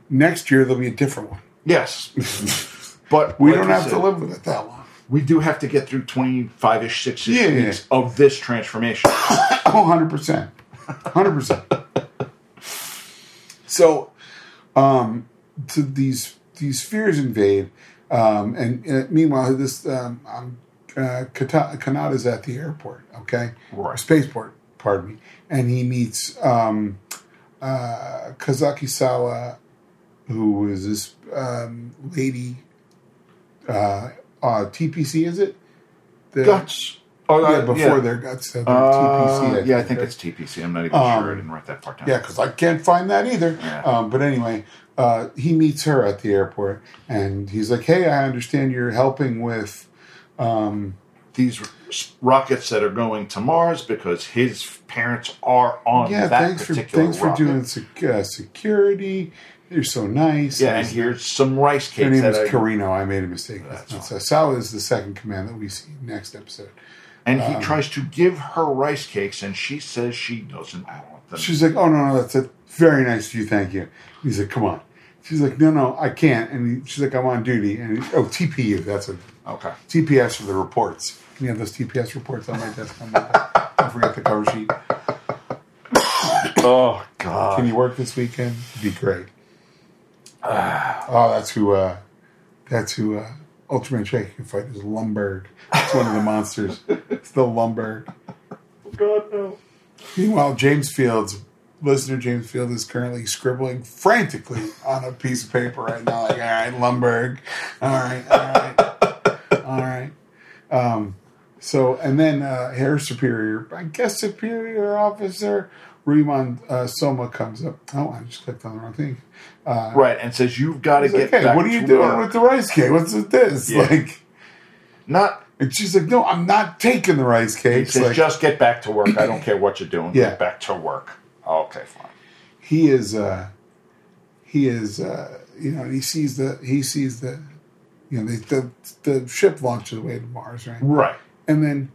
[SPEAKER 2] Next year there'll be a different one.
[SPEAKER 3] Yes. but
[SPEAKER 2] We
[SPEAKER 3] like
[SPEAKER 2] don't
[SPEAKER 3] you
[SPEAKER 2] have to
[SPEAKER 3] said,
[SPEAKER 2] live with it that long.
[SPEAKER 3] We do have to get through 25 ish, 6
[SPEAKER 2] Yeah, yeah,
[SPEAKER 3] weeks of this transformation.
[SPEAKER 2] Oh, 100%. 100%. so, um, to these these fears invade, um, and, and meanwhile, this um, I'm, uh, Kata- Kanada's at the airport, okay,
[SPEAKER 3] Right.
[SPEAKER 2] spaceport, pardon me, and he meets um, uh, Kazakisawa, who is this um, lady, uh, uh, TPC, is it? The,
[SPEAKER 3] Guts. Oh,
[SPEAKER 2] yeah,
[SPEAKER 3] uh,
[SPEAKER 2] before
[SPEAKER 3] yeah.
[SPEAKER 2] their guts. So they're
[SPEAKER 3] Uh,
[SPEAKER 2] TPC.
[SPEAKER 3] yeah, I think Um, it's TPC. I'm not even sure. I didn't write that part down.
[SPEAKER 2] Yeah, because I can't find that either.
[SPEAKER 3] Yeah.
[SPEAKER 2] Um, but anyway, uh, he meets her at the airport, and he's like, "Hey, I understand you're helping with."
[SPEAKER 3] These rockets that are going to Mars because his parents are on
[SPEAKER 2] Yeah,
[SPEAKER 3] that
[SPEAKER 2] thanks for
[SPEAKER 3] particular
[SPEAKER 2] thanks for
[SPEAKER 3] rocket.
[SPEAKER 2] doing sec- uh, security. You're so nice.
[SPEAKER 3] Yeah, and here's some rice
[SPEAKER 2] her
[SPEAKER 3] cakes.
[SPEAKER 2] name
[SPEAKER 3] that
[SPEAKER 2] is
[SPEAKER 3] I-
[SPEAKER 2] Carino. I made a mistake.
[SPEAKER 3] That's
[SPEAKER 2] That's not Sawa is the second command that we see next episode.
[SPEAKER 3] and
[SPEAKER 2] um,
[SPEAKER 3] he tries to give her rice cakes, and she says she doesn't want them.
[SPEAKER 2] She's like, "Oh no, no, that's a very nice of you, thank you." He's like, "Come on." She's like, "No, no, I can't." And he, she's like, "I'm on duty." And he, oh, TPU. That's what
[SPEAKER 3] Okay.
[SPEAKER 2] TPS for the reports. Can you have those TPS reports on my desk? I'm like, I forgot the cover sheet.
[SPEAKER 3] Oh God.
[SPEAKER 2] Can you work this weekend? It'd be great. oh, that's who. Uh, that's who. Uh, Ultraman Shake can fight is Lumberg. It's one of the monsters. It's the Lumberg.
[SPEAKER 3] God no.
[SPEAKER 2] Meanwhile, James Fields, listener James Field, is currently scribbling frantically on a piece of paper right now. Like, all right, Lumberg. All right, all right, all right. Um, so, and then uh, Air Superior, I guess Superior Officer Ruman uh, Soma comes up. Oh, I just clicked on the wrong thing.
[SPEAKER 3] Right, and says you've got to
[SPEAKER 2] He's like,
[SPEAKER 3] get
[SPEAKER 2] hey,
[SPEAKER 3] back.
[SPEAKER 2] what are you
[SPEAKER 3] to
[SPEAKER 2] doing
[SPEAKER 3] work."
[SPEAKER 2] with the rice cake? What's with this?
[SPEAKER 3] Yeah.
[SPEAKER 2] Like,
[SPEAKER 3] Not.
[SPEAKER 2] and she's like, no, I'm not taking the rice
[SPEAKER 3] He
[SPEAKER 2] cake.
[SPEAKER 3] says
[SPEAKER 2] Like,
[SPEAKER 3] just get back to work. I don't care what you're doing.
[SPEAKER 2] Yeah.
[SPEAKER 3] Get back to work. Okay, fine.
[SPEAKER 2] he is uh he is uh you know he sees the he sees the you know the the, the ship launches away to mars right
[SPEAKER 3] Right.
[SPEAKER 2] and then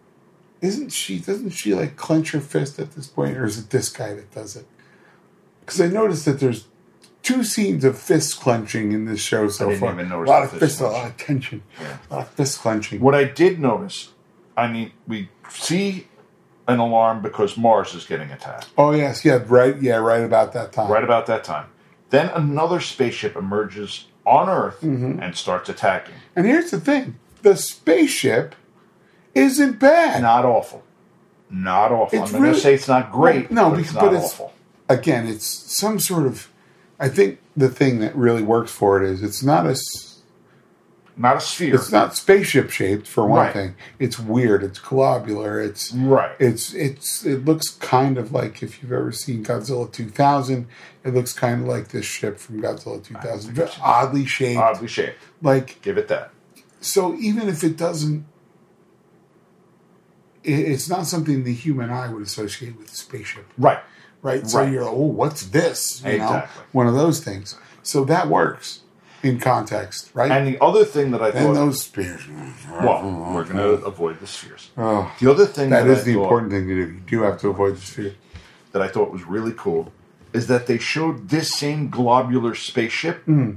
[SPEAKER 2] isn't she doesn't she like clench her fist at this point or is it this guy that does it because i noticed that there's two scenes of fist clenching in this show so
[SPEAKER 3] I didn't
[SPEAKER 2] far
[SPEAKER 3] even
[SPEAKER 2] a
[SPEAKER 3] notice
[SPEAKER 2] lot
[SPEAKER 3] the
[SPEAKER 2] of
[SPEAKER 3] fist
[SPEAKER 2] fists a
[SPEAKER 3] clenching.
[SPEAKER 2] lot of tension
[SPEAKER 3] Yeah.
[SPEAKER 2] a lot of fist clenching
[SPEAKER 3] What I did notice, I mean, we see an alarm because Mars is getting attacked
[SPEAKER 2] oh yes yeah right yeah right about that time
[SPEAKER 3] right about that time. Then another spaceship emerges on Earth
[SPEAKER 2] Mm-hmm.
[SPEAKER 3] and starts attacking.
[SPEAKER 2] and here's the thing the spaceship isn't bad
[SPEAKER 3] Not awful. Not awful.
[SPEAKER 2] It's
[SPEAKER 3] I'm going
[SPEAKER 2] really-
[SPEAKER 3] to say it's not great.
[SPEAKER 2] Well, no,
[SPEAKER 3] but
[SPEAKER 2] because-
[SPEAKER 3] it's not
[SPEAKER 2] but it's-
[SPEAKER 3] awful.
[SPEAKER 2] again, it's some sort of. I think the thing that really works for it is it's not a s-
[SPEAKER 3] Not a sphere.
[SPEAKER 2] it's not spaceship shaped for one
[SPEAKER 3] Right.
[SPEAKER 2] thing. It's weird. It's globular. It's
[SPEAKER 3] Right.
[SPEAKER 2] It's it's it looks kind of like if you've ever seen Godzilla 2000, it looks kind of like this ship from Godzilla 2000, Very oddly shaped.
[SPEAKER 3] Oddly shaped.
[SPEAKER 2] Like
[SPEAKER 3] Give it that.
[SPEAKER 2] so, even if it doesn't, it, it's not something the human eye would associate with a spaceship
[SPEAKER 3] Right.
[SPEAKER 2] right? So
[SPEAKER 3] Right.
[SPEAKER 2] you're, oh, what's this? You
[SPEAKER 3] Exactly.
[SPEAKER 2] know, one of those things. So that works in context, right? And,
[SPEAKER 3] And the other thing that I thought.
[SPEAKER 2] those mm, spears.
[SPEAKER 3] well, we're going to avoid the spheres. the other thing that,
[SPEAKER 2] Oh. That is
[SPEAKER 3] I
[SPEAKER 2] the
[SPEAKER 3] thought,
[SPEAKER 2] important thing to do. You do have to avoid the sphere.
[SPEAKER 3] that I thought was really cool is that they showed this same globular spaceship
[SPEAKER 2] Hmm.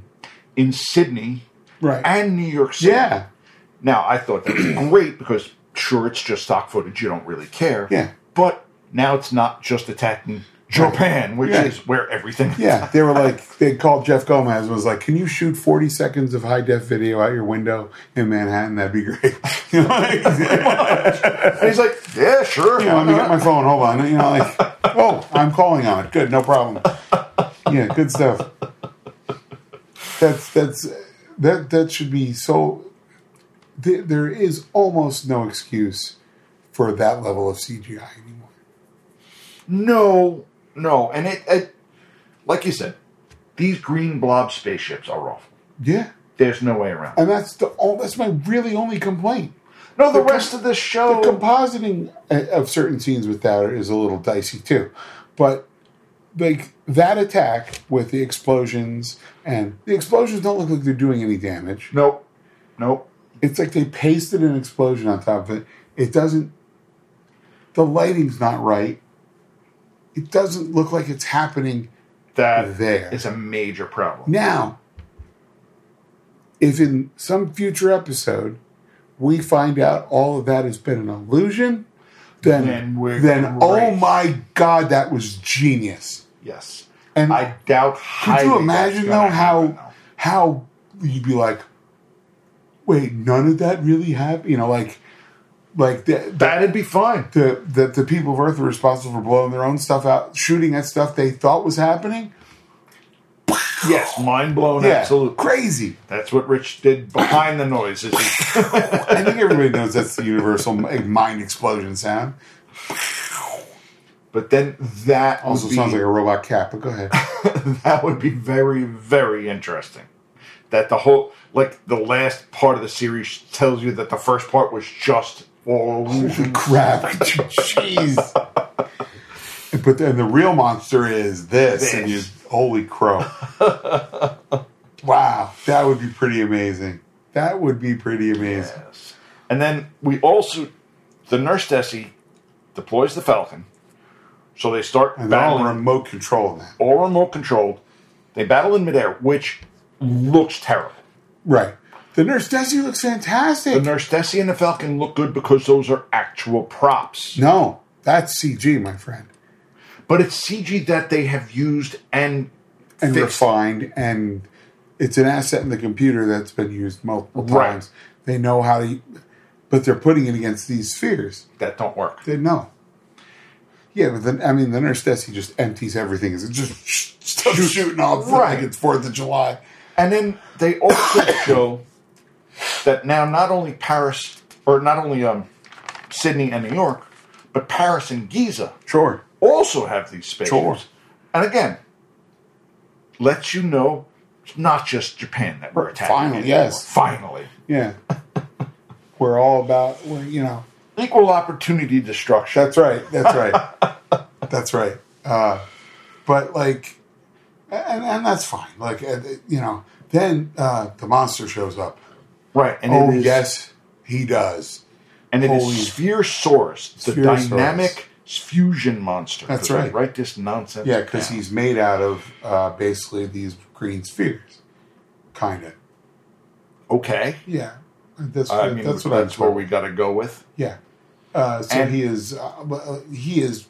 [SPEAKER 3] in Sydney
[SPEAKER 2] Right.
[SPEAKER 3] and New York City.
[SPEAKER 2] yeah.
[SPEAKER 3] Now I thought that was great because sure it's just stock footage, you don't really care.
[SPEAKER 2] Yeah.
[SPEAKER 3] But Now it's not just attacking Japan, which
[SPEAKER 2] Yeah.
[SPEAKER 3] is where everything.
[SPEAKER 2] Yeah, they were like, they called Jeff Gomez and was like, can you shoot 40 seconds of high def video out your window in Manhattan? That'd be great. you know, like,
[SPEAKER 3] And he's like, yeah, sure.
[SPEAKER 2] "Yeah, let me get my phone. Hold on. You know, like, oh, I'm calling on it. Good, no problem. Yeah, good stuff. That's, that's, that, that should be so, there, there is almost no excuse for that level of CGI anymore.
[SPEAKER 3] No, no, and it, it, like you said, these green blob spaceships are awful.
[SPEAKER 2] Yeah.
[SPEAKER 3] There's no way around. it.
[SPEAKER 2] And that's the, all, that's my really only complaint.
[SPEAKER 3] No, the rest of this show.
[SPEAKER 2] the compositing uh, of certain scenes with that is a little dicey too but like that attack with the explosions and the explosions don't look like they're doing any damage
[SPEAKER 3] nope, nope.
[SPEAKER 2] it's like they pasted an explosion on top of it it doesn't the lighting's not right it doesn't look like it's happening
[SPEAKER 3] That
[SPEAKER 2] There.
[SPEAKER 3] is a major problem.
[SPEAKER 2] now if in some future episode we find out all of that has been an illusion then
[SPEAKER 3] Then we're
[SPEAKER 2] then oh
[SPEAKER 3] great.
[SPEAKER 2] my god, that was genius.
[SPEAKER 3] Yes,
[SPEAKER 2] And
[SPEAKER 3] I doubt.
[SPEAKER 2] could you imagine though how
[SPEAKER 3] Now.
[SPEAKER 2] how you'd be like, wait, none of that really happened. You know, like like the
[SPEAKER 3] That'd be fine.
[SPEAKER 2] the, the the people of Earth are responsible for blowing their own stuff out, shooting at stuff they thought was happening.
[SPEAKER 3] Yes, mind blown.
[SPEAKER 2] Yeah,
[SPEAKER 3] Absolutely.
[SPEAKER 2] crazy.
[SPEAKER 3] That's what Rich did behind the noise. Is he,
[SPEAKER 2] I think everybody knows that's the universal mind explosion sound.
[SPEAKER 3] but then that would
[SPEAKER 2] Also
[SPEAKER 3] Oh, be-
[SPEAKER 2] sounds like a robot cat, but go ahead.
[SPEAKER 3] that would be very very interesting that the whole like the last part of the series tells you that the first part was just all illusion.
[SPEAKER 2] crap. Jeez. But then the real monster is this, and you
[SPEAKER 3] This.
[SPEAKER 2] holy crow. wow, that would be pretty amazing. That would be pretty amazing.
[SPEAKER 3] Yes. and then we also the nurse Desi deploys the Falcon so they start
[SPEAKER 2] And they're all
[SPEAKER 3] battling
[SPEAKER 2] remote control now.
[SPEAKER 3] all remote controlled they battle in midair which looks terrible
[SPEAKER 2] Right. The nurse Desi looks
[SPEAKER 3] the
[SPEAKER 2] fantastic.
[SPEAKER 3] nurse Desi and the Falcon look good because those are actual props
[SPEAKER 2] no, that's CG, my friend.
[SPEAKER 3] but it's CG that they have used and
[SPEAKER 2] And
[SPEAKER 3] fixed.
[SPEAKER 2] refined, and it's an asset in the computer that's been used multiple
[SPEAKER 3] Right.
[SPEAKER 2] times. They know how to, but they're putting it against these spheres.
[SPEAKER 3] that don't work
[SPEAKER 2] They know. Yeah, but then I mean, the nurse Desi just empties everything. It's just sh- stuff shooting off
[SPEAKER 3] Right.
[SPEAKER 2] like it's Fourth of July.
[SPEAKER 3] And then they also show that now not only Paris, or not only um, Sydney and New York, but Paris and Giza
[SPEAKER 2] Sure.
[SPEAKER 3] also have these spaceships.
[SPEAKER 2] Sure.
[SPEAKER 3] And again, lets you know it's not just Japan that we're attacking.
[SPEAKER 2] Finally,
[SPEAKER 3] anymore.
[SPEAKER 2] yes.
[SPEAKER 3] Finally.
[SPEAKER 2] Yeah. we're all about. We're, you know.
[SPEAKER 3] Equal opportunity destruction.
[SPEAKER 2] That's right. That's right. that's right. Uh, but like, and, and that's fine. Like, uh, you know, then uh, the monster shows up.
[SPEAKER 3] right. And
[SPEAKER 2] Oh
[SPEAKER 3] it is,
[SPEAKER 2] yes, he does.
[SPEAKER 3] And it
[SPEAKER 2] Holy-
[SPEAKER 3] is Spherosaurus, the
[SPEAKER 2] Spherosaurus.
[SPEAKER 3] dynamic fusion monster.
[SPEAKER 2] That's
[SPEAKER 3] 'Cause I
[SPEAKER 2] right.
[SPEAKER 3] Write this nonsense.
[SPEAKER 2] Yeah, because
[SPEAKER 3] down.
[SPEAKER 2] he's made out of uh, basically these green spheres, kind of.
[SPEAKER 3] okay.
[SPEAKER 2] Yeah, that's
[SPEAKER 3] I
[SPEAKER 2] what-
[SPEAKER 3] mean,
[SPEAKER 2] that's
[SPEAKER 3] that's,
[SPEAKER 2] what I'm
[SPEAKER 3] where
[SPEAKER 2] told.
[SPEAKER 3] we got to go with.
[SPEAKER 2] yeah, uh, so
[SPEAKER 3] And-
[SPEAKER 2] he is uh, well, he is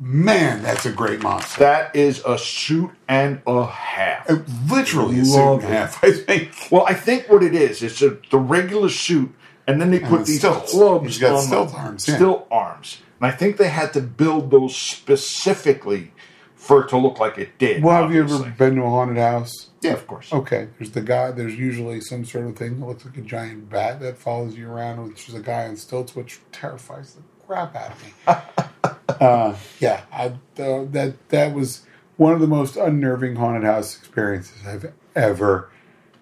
[SPEAKER 2] man. That's a great monster.
[SPEAKER 3] That is a suit and a half.
[SPEAKER 2] It literally a suit and
[SPEAKER 3] Love
[SPEAKER 2] a
[SPEAKER 3] it.
[SPEAKER 2] half. I think.
[SPEAKER 3] Well, I think what it is, it's a, the regular suit, and then they put
[SPEAKER 2] the
[SPEAKER 3] these
[SPEAKER 2] stilts.
[SPEAKER 3] clubs
[SPEAKER 2] He's got
[SPEAKER 3] on
[SPEAKER 2] stilt
[SPEAKER 3] the-
[SPEAKER 2] arms, yeah.
[SPEAKER 3] stilt arms. And I think they had to build those specifically for it to look like it did.
[SPEAKER 2] Well, have you
[SPEAKER 3] obviously.
[SPEAKER 2] ever been to a haunted house?
[SPEAKER 3] Yeah, of course.
[SPEAKER 2] Okay, there's the guy. There's usually some sort of thing that looks like a giant bat that follows you around, which is a guy on stilts, which terrifies the crap out of me. uh, yeah, I, uh, that that was one of the most unnerving haunted house experiences I've ever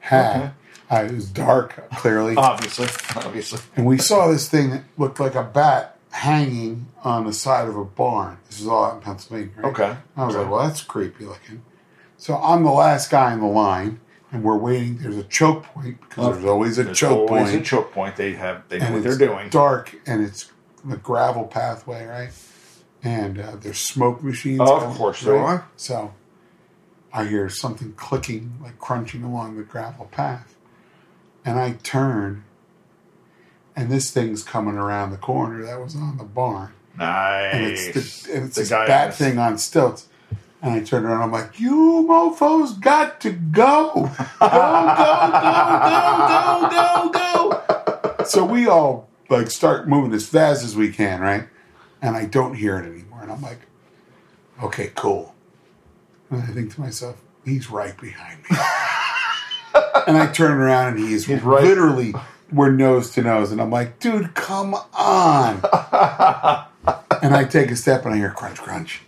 [SPEAKER 2] had. I, it was dark,
[SPEAKER 3] Oh,
[SPEAKER 2] clearly,
[SPEAKER 3] Obviously, obviously.
[SPEAKER 2] and we saw this thing that looked like a bat hanging on the side of a barn. This is all out in Pennsylvania, right?
[SPEAKER 3] Okay.
[SPEAKER 2] I was like, well, that's creepy looking. So I'm the last guy in the line, and we're waiting. There's a choke point because there's always a
[SPEAKER 3] Oh, There's
[SPEAKER 2] choke
[SPEAKER 3] always
[SPEAKER 2] point,
[SPEAKER 3] a choke point. They have they know
[SPEAKER 2] and
[SPEAKER 3] what they're
[SPEAKER 2] it's
[SPEAKER 3] doing.
[SPEAKER 2] dark, and it's the gravel pathway, right? And uh, there's smoke machines.
[SPEAKER 3] Of
[SPEAKER 2] coming,
[SPEAKER 3] course there are.
[SPEAKER 2] So I hear something clicking, like crunching along the gravel path, and I turn, and this thing's coming around the corner that was on the barn,
[SPEAKER 3] Nice.
[SPEAKER 2] And it's, the, and it's
[SPEAKER 3] The
[SPEAKER 2] this
[SPEAKER 3] guy
[SPEAKER 2] bat
[SPEAKER 3] has-
[SPEAKER 2] thing on stilts. And I turned around. I'm like, "You mofo's got to go, go, go, go, go, go, go." So we all like start moving as fast as we can, right? And I don't hear it anymore. And I'm like, "Okay, cool." And I think to myself, "He's right behind me." and I turn around, and he is
[SPEAKER 3] He's right-
[SPEAKER 2] literally we're nose to nose. And I'm like, "Dude, come on!" And I take a step and I hear crunch, crunch.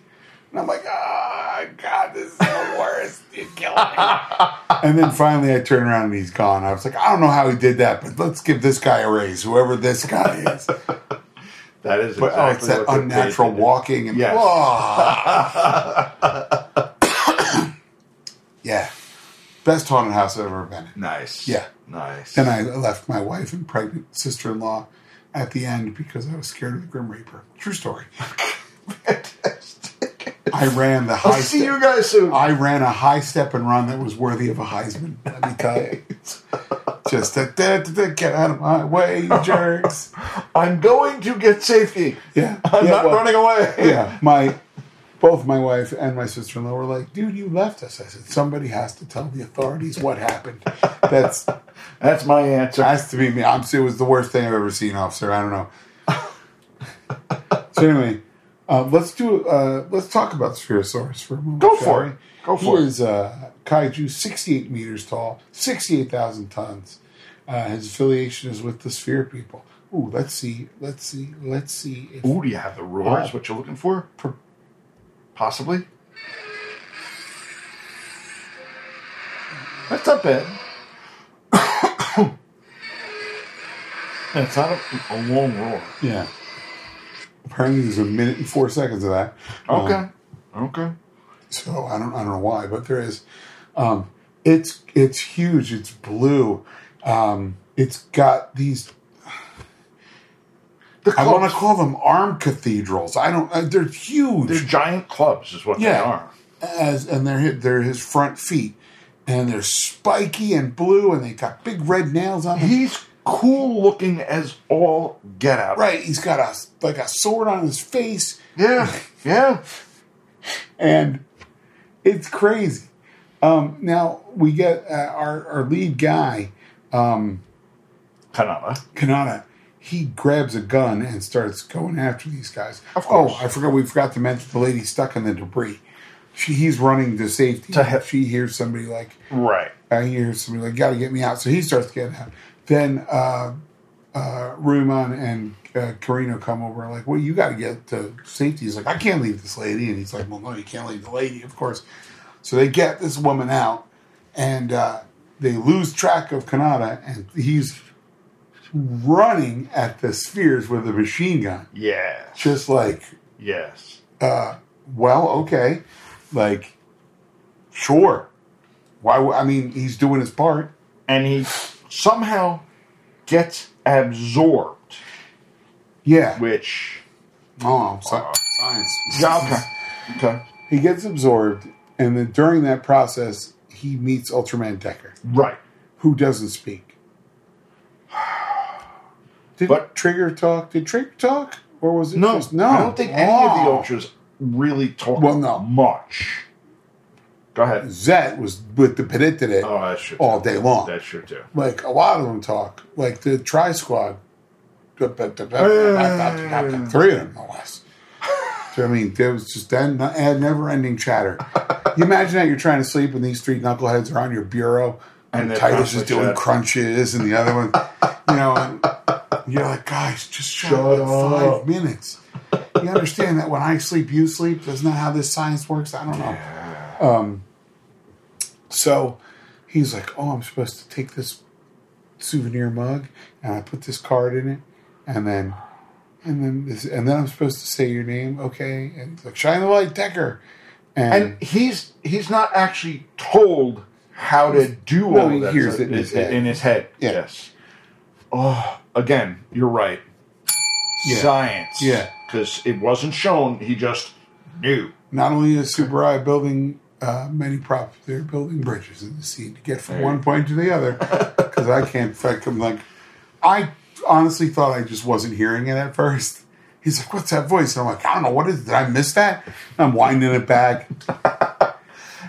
[SPEAKER 2] And I'm like, ah, God, this is the worst. You killed me. and then finally I turn around and he's gone. I was like, I don't know how he did that, but let's give this guy a raise, whoever this guy is. But
[SPEAKER 3] that is exactly
[SPEAKER 2] oh, it's that
[SPEAKER 3] what they're
[SPEAKER 2] unnatural
[SPEAKER 3] paid to do.
[SPEAKER 2] walking and
[SPEAKER 3] Yes.
[SPEAKER 2] Whoa. yeah. Best haunted house I've ever been in.
[SPEAKER 3] Nice.
[SPEAKER 2] Yeah.
[SPEAKER 3] Nice.
[SPEAKER 2] Then I left my wife and pregnant sister in law at the end because I was scared of the Grim Reaper. True story.
[SPEAKER 3] Fantastic.
[SPEAKER 2] I ran the high
[SPEAKER 3] I'll see
[SPEAKER 2] step-
[SPEAKER 3] you guys soon.
[SPEAKER 2] I ran a high step and run that was worthy of a Heisman. Let me tell you. Just a, da, da, da, get out of my way, you jerks.
[SPEAKER 3] I'm going to get safety.
[SPEAKER 2] Yeah.
[SPEAKER 3] I'm
[SPEAKER 2] yeah,
[SPEAKER 3] not
[SPEAKER 2] well,
[SPEAKER 3] running away.
[SPEAKER 2] Yeah. My both my wife and my sister in law were like, dude, you left us. I said, somebody has to tell the authorities what happened. That's
[SPEAKER 3] That's my answer.
[SPEAKER 2] has to be me. I'm it was the worst thing I've ever seen, officer. I don't know. so anyway, uh, let's do uh, let's talk about Spherosaurus for a moment.
[SPEAKER 3] Go
[SPEAKER 2] shall
[SPEAKER 3] for
[SPEAKER 2] we?
[SPEAKER 3] it. Go
[SPEAKER 2] he
[SPEAKER 3] for it.
[SPEAKER 2] is uh, kaiju, 68 meters tall, 68,000 tons. Uh, his affiliation is with the Sphere people. Ooh, let's see, let's see, let's see. If,
[SPEAKER 3] Ooh, do you have the roars? What you're looking for?
[SPEAKER 2] Per-
[SPEAKER 3] Possibly. That's not bad. and it's not a, a long roar.
[SPEAKER 2] yeah. Apparently, there's a minute and four seconds of that. Um,
[SPEAKER 3] Okay. okay.
[SPEAKER 2] so I don't I don't know why, but there is. Um, it's it's huge. It's blue. Um, it's got these.
[SPEAKER 3] The
[SPEAKER 2] I want
[SPEAKER 3] clubs,
[SPEAKER 2] to call them arm cathedrals. I don't. Uh, they're huge.
[SPEAKER 3] they're giant clubs, is what they
[SPEAKER 2] Yeah.
[SPEAKER 3] are.
[SPEAKER 2] as and they're his, they're his front feet, and they're spiky and blue, and they got big red nails on them.
[SPEAKER 3] He's cool looking as all get out.
[SPEAKER 2] right, he's got a like a sword on his face,
[SPEAKER 3] Yeah. Yeah.
[SPEAKER 2] and it's crazy. Um, now we get uh, our our lead guy.
[SPEAKER 3] Kanata.
[SPEAKER 2] Kanata, he grabs a gun and starts going after these guys.
[SPEAKER 3] Of course.
[SPEAKER 2] Oh, I forgot. We forgot to mention the lady stuck in the debris. She, he's running to safety.
[SPEAKER 3] To he-
[SPEAKER 2] she hears somebody like,
[SPEAKER 3] Right.
[SPEAKER 2] I hear somebody like, gotta get me out. So he starts getting out. Then uh, uh, Ruman and uh, Carino come over and like, well, you gotta get to safety. He's like, I can't leave this lady. And he's like, well, no, you can't leave the lady, of course. So they get this woman out and uh, they lose track of Kanata and he's running at the spheres with a machine gun.
[SPEAKER 3] Yes.
[SPEAKER 2] Just like,
[SPEAKER 3] Yes.
[SPEAKER 2] well, okay. Like, sure. Why? w- I mean, he's doing his part.
[SPEAKER 3] And he somehow gets absorbed,
[SPEAKER 2] Yeah.
[SPEAKER 3] which.
[SPEAKER 2] Oh, sci-
[SPEAKER 3] uh,
[SPEAKER 2] science.
[SPEAKER 3] Yeah, okay. Okay.
[SPEAKER 2] He gets absorbed, and then during that process, he meets Ultraman Decker,
[SPEAKER 3] Right.
[SPEAKER 2] who doesn't speak. Did
[SPEAKER 3] But-
[SPEAKER 2] Trigger talk? Did Trigger talk, or was it
[SPEAKER 3] No,
[SPEAKER 2] just no?
[SPEAKER 3] I don't think any of the
[SPEAKER 2] Oh.
[SPEAKER 3] ultras really talk
[SPEAKER 2] Well, no.
[SPEAKER 3] much. Go ahead.
[SPEAKER 2] Zet was with the Petit today
[SPEAKER 3] Oh, that's true.
[SPEAKER 2] all day long.
[SPEAKER 3] That's true too.
[SPEAKER 2] like a lot of them talk, like the Tri Squad, three of them no less. So, I mean, there was just that never ending chatter. You imagine that you're trying to sleep and these three knuckleheads are on your bureau and,
[SPEAKER 3] And they're
[SPEAKER 2] Titus is
[SPEAKER 3] constantly
[SPEAKER 2] doing
[SPEAKER 3] chatting.
[SPEAKER 2] crunches and the other one, you know, and you're like, guys, just shut,
[SPEAKER 3] Shut
[SPEAKER 2] up. for
[SPEAKER 3] up.
[SPEAKER 2] Five minutes. You understand that when I sleep, you sleep. That's not how this science works. I don't know. Um, So he's like, Oh, I'm supposed to take this souvenir mug and I put this card in it and then and then this and then I'm supposed to say your name, okay? And he's like, Shine the light, Decker. And,
[SPEAKER 3] And he's he's not actually told how to do
[SPEAKER 2] No,
[SPEAKER 3] all
[SPEAKER 2] he
[SPEAKER 3] that
[SPEAKER 2] hears
[SPEAKER 3] stuff
[SPEAKER 2] it in his head.
[SPEAKER 3] in his head.
[SPEAKER 2] Yeah.
[SPEAKER 3] Yes. Oh, again, you're right.
[SPEAKER 2] Yeah.
[SPEAKER 3] Science.
[SPEAKER 2] Yeah.
[SPEAKER 3] Because it wasn't shown. He just knew.
[SPEAKER 2] not only is Super Eye building uh, many props, they're building bridges in the sea to get from
[SPEAKER 3] There
[SPEAKER 2] one
[SPEAKER 3] you
[SPEAKER 2] point to the other. Because I can't fuck I'm like I honestly thought I just wasn't hearing it at first. He's like, "What's that voice?" And I'm like, "I don't know. What is? It? Did I miss that?" And I'm winding it back.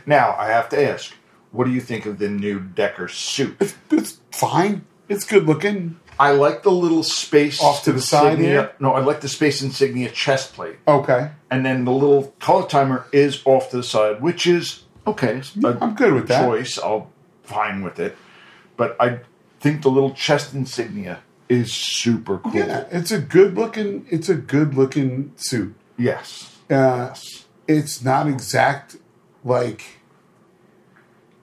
[SPEAKER 3] Now, I have to ask, what do you think of the new Decker suit?
[SPEAKER 2] It's fine. It's good looking.
[SPEAKER 3] I like the little space
[SPEAKER 2] Off to the side
[SPEAKER 3] insignia-
[SPEAKER 2] here?
[SPEAKER 3] No, I like the space insignia chest plate,
[SPEAKER 2] Okay,
[SPEAKER 3] and then the little color timer is off to the side, which is okay. it's a
[SPEAKER 2] I'm good with that.
[SPEAKER 3] Choice, I'll fine with it, but I think the little chest insignia is super cool.
[SPEAKER 2] Oh, Yeah, it's a good looking. It's a good looking suit.
[SPEAKER 3] Yes,
[SPEAKER 2] Uh, it's not exact, like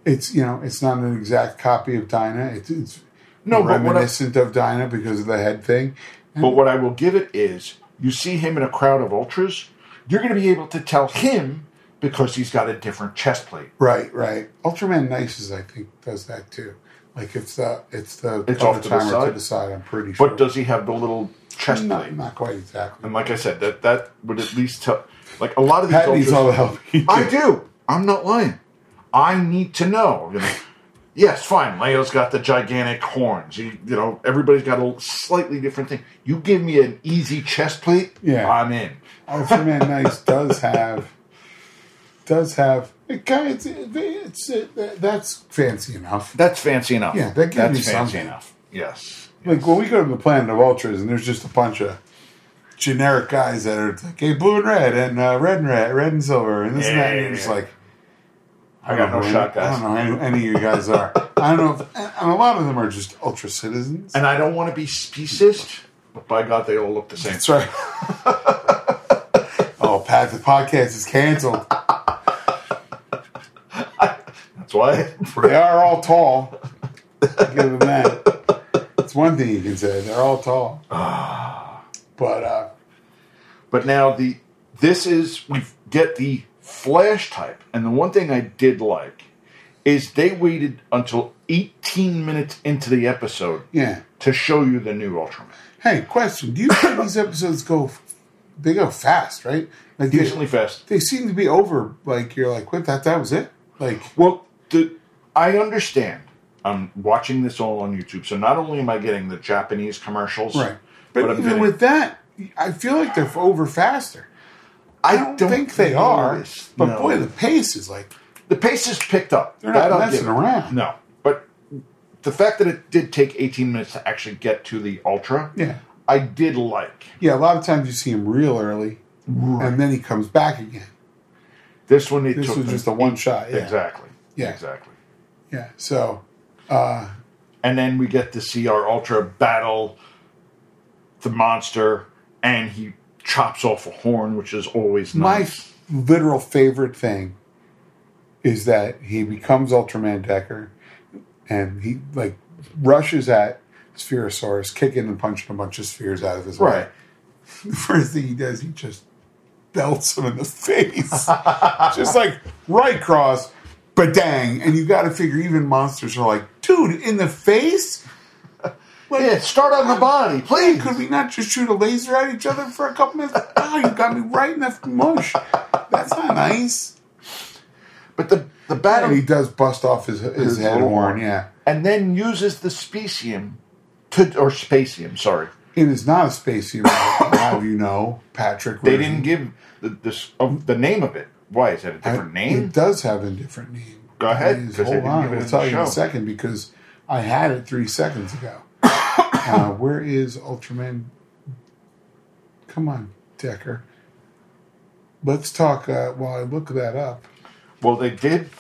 [SPEAKER 2] it's you know, it's not an exact copy of Dinah. It's, it's
[SPEAKER 3] No, but what I-
[SPEAKER 2] reminiscent of Dinah because of the head thing.
[SPEAKER 3] but what I will give it is, you see him in a crowd of ultras, you're going to be able to tell him because he's got a different chest plate.
[SPEAKER 2] Right, right. Ultraman Nices, I think, does that too. Like it's the it's the
[SPEAKER 3] It's
[SPEAKER 2] color
[SPEAKER 3] off to the
[SPEAKER 2] timer
[SPEAKER 3] side?
[SPEAKER 2] to the side. I'm pretty sure.
[SPEAKER 3] But does he have the little chest
[SPEAKER 2] not,
[SPEAKER 3] plate?
[SPEAKER 2] not quite exactly.
[SPEAKER 3] And like I said, that that would at least tell. Like a lot of these
[SPEAKER 2] Pat needs
[SPEAKER 3] ultras-
[SPEAKER 2] all the help. he can
[SPEAKER 3] I do. I'm not lying. I need to know. You know yes, fine. Leo's got the gigantic horns. You, you know, everybody's got a slightly different thing. You give me an easy chest plate.
[SPEAKER 2] Yeah.
[SPEAKER 3] I'm in.
[SPEAKER 2] Ultraman Nice does have does have it kind of, it's, it's that's fancy enough.
[SPEAKER 3] That's fancy enough.
[SPEAKER 2] Yeah, that gives
[SPEAKER 3] that's
[SPEAKER 2] me
[SPEAKER 3] fancy
[SPEAKER 2] something.
[SPEAKER 3] enough. Yes.
[SPEAKER 2] Like when we go to the Planet of Ultras and there's just a bunch of generic guys that are like, hey, blue and red and uh, red and red, red and silver and this and
[SPEAKER 3] Yeah,
[SPEAKER 2] that. And
[SPEAKER 3] yeah,
[SPEAKER 2] you're just
[SPEAKER 3] yeah.
[SPEAKER 2] like,
[SPEAKER 3] I
[SPEAKER 2] don't
[SPEAKER 3] got no
[SPEAKER 2] know
[SPEAKER 3] shot,
[SPEAKER 2] any-
[SPEAKER 3] guys.
[SPEAKER 2] I don't know any, any of you guys are. I don't know. If, and a lot of them are just ultra citizens.
[SPEAKER 3] And I don't want to be speciest, but by God, they all look the same.
[SPEAKER 2] That's right. oh, Pat, the podcast is canceled.
[SPEAKER 3] That's why.
[SPEAKER 2] They are all tall. Give them that. It's one thing you can say. They're all tall. But uh,
[SPEAKER 3] But now the this is we get the flash type, and the one thing I did like is they waited until 18 minutes into the episode
[SPEAKER 2] yeah.
[SPEAKER 3] to show you the new Ultraman.
[SPEAKER 2] Hey, question. Do you think these episodes go? They go fast, right? Like they,
[SPEAKER 3] Decently fast.
[SPEAKER 2] they seem to be over. Like you're like, what? That that was it. Like
[SPEAKER 3] Well, the, I understand. I'm watching this all on YouTube, so not only am I getting the Japanese commercials,
[SPEAKER 2] right. But,
[SPEAKER 3] I'm
[SPEAKER 2] even
[SPEAKER 3] getting-
[SPEAKER 2] with that, I feel like they're over faster.
[SPEAKER 3] I
[SPEAKER 2] I don't, think they are.
[SPEAKER 3] notice.
[SPEAKER 2] But
[SPEAKER 3] No.
[SPEAKER 2] boy, the pace is like
[SPEAKER 3] the pace is picked up.
[SPEAKER 2] They're not
[SPEAKER 3] That I'll
[SPEAKER 2] messing
[SPEAKER 3] give it.
[SPEAKER 2] around.
[SPEAKER 3] No, but the fact that it did take 18 minutes to actually get to the Ultra,
[SPEAKER 2] yeah,
[SPEAKER 3] I did like.
[SPEAKER 2] yeah. A lot of times you see him real early, and then he comes back again.
[SPEAKER 3] This one, it
[SPEAKER 2] This
[SPEAKER 3] took
[SPEAKER 2] was
[SPEAKER 3] them
[SPEAKER 2] just a one shot. Yeah,
[SPEAKER 3] Exactly.
[SPEAKER 2] Yeah.
[SPEAKER 3] Exactly.
[SPEAKER 2] yeah. So
[SPEAKER 3] And then we get to see our Ultra battle the monster, and he chops off a horn, which is always
[SPEAKER 2] my
[SPEAKER 3] nice.
[SPEAKER 2] literal favorite thing is that he becomes Ultraman Decker, and he like rushes at Spherosaurus, kicking and punching a bunch of spheres out of his way.
[SPEAKER 3] right.
[SPEAKER 2] The first thing he does, he just belts him in the face, just like right cross, but dang! And you got to figure even monsters are like, dude, in the face.
[SPEAKER 3] Yeah, start on the body, please.
[SPEAKER 2] Could we not just shoot a laser at each other for a couple minutes? Oh, you got me right in the mush. That's not nice.
[SPEAKER 3] But the,
[SPEAKER 2] And
[SPEAKER 3] the
[SPEAKER 2] he
[SPEAKER 3] battle,
[SPEAKER 2] does bust off his his,
[SPEAKER 3] His
[SPEAKER 2] head
[SPEAKER 3] little
[SPEAKER 2] horn,
[SPEAKER 3] horn.
[SPEAKER 2] yeah.
[SPEAKER 3] and then uses the specium to, or spacium, sorry.
[SPEAKER 2] It is not a space humor, how you know, Patrick.
[SPEAKER 3] They
[SPEAKER 2] Rooney.
[SPEAKER 3] didn't give the, this, of the name of it. Why? Is that a different name?
[SPEAKER 2] It does have a different name.
[SPEAKER 3] Go ahead,
[SPEAKER 2] Please,
[SPEAKER 3] 'cause they
[SPEAKER 2] Hold
[SPEAKER 3] didn't
[SPEAKER 2] on,
[SPEAKER 3] give it
[SPEAKER 2] we'll
[SPEAKER 3] in
[SPEAKER 2] tell
[SPEAKER 3] the
[SPEAKER 2] you in a
[SPEAKER 3] show.
[SPEAKER 2] second because I had it three seconds ago. uh, where is Ultraman? Come on, Decker. Let's talk uh, while I look that up.
[SPEAKER 3] Well, they did.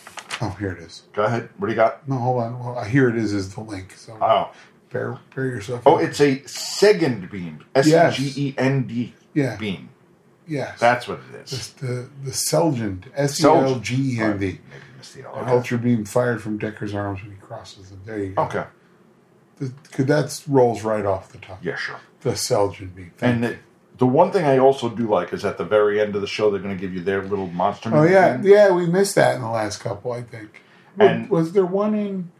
[SPEAKER 2] Oh, here it is.
[SPEAKER 3] Go ahead. What do you got?
[SPEAKER 2] No, hold on. Well, here it is. Is the link? So
[SPEAKER 3] Oh.
[SPEAKER 2] bear, bear yourself.
[SPEAKER 3] Oh,
[SPEAKER 2] out.
[SPEAKER 3] it's a second beam. S E G E N D
[SPEAKER 2] Yeah.
[SPEAKER 3] beam.
[SPEAKER 2] yes.
[SPEAKER 3] That's what it is.
[SPEAKER 2] It's the the Selgend. S E L G E N D.
[SPEAKER 3] Maybe I missed the
[SPEAKER 2] An
[SPEAKER 3] L. Okay.
[SPEAKER 2] ultra beam fired from Decker's arms when he crosses them. There you go.
[SPEAKER 3] Okay.
[SPEAKER 2] The, cause that rolls right off the top.
[SPEAKER 3] Yeah, sure.
[SPEAKER 2] The Selgin beam.
[SPEAKER 3] And the, the one thing I also do like is at the very end of the show, they're going to give you their little monster.
[SPEAKER 2] oh
[SPEAKER 3] movie
[SPEAKER 2] yeah,
[SPEAKER 3] thing.
[SPEAKER 2] yeah, we missed that in the last couple, I think. Wa-
[SPEAKER 3] And-
[SPEAKER 2] was there one in?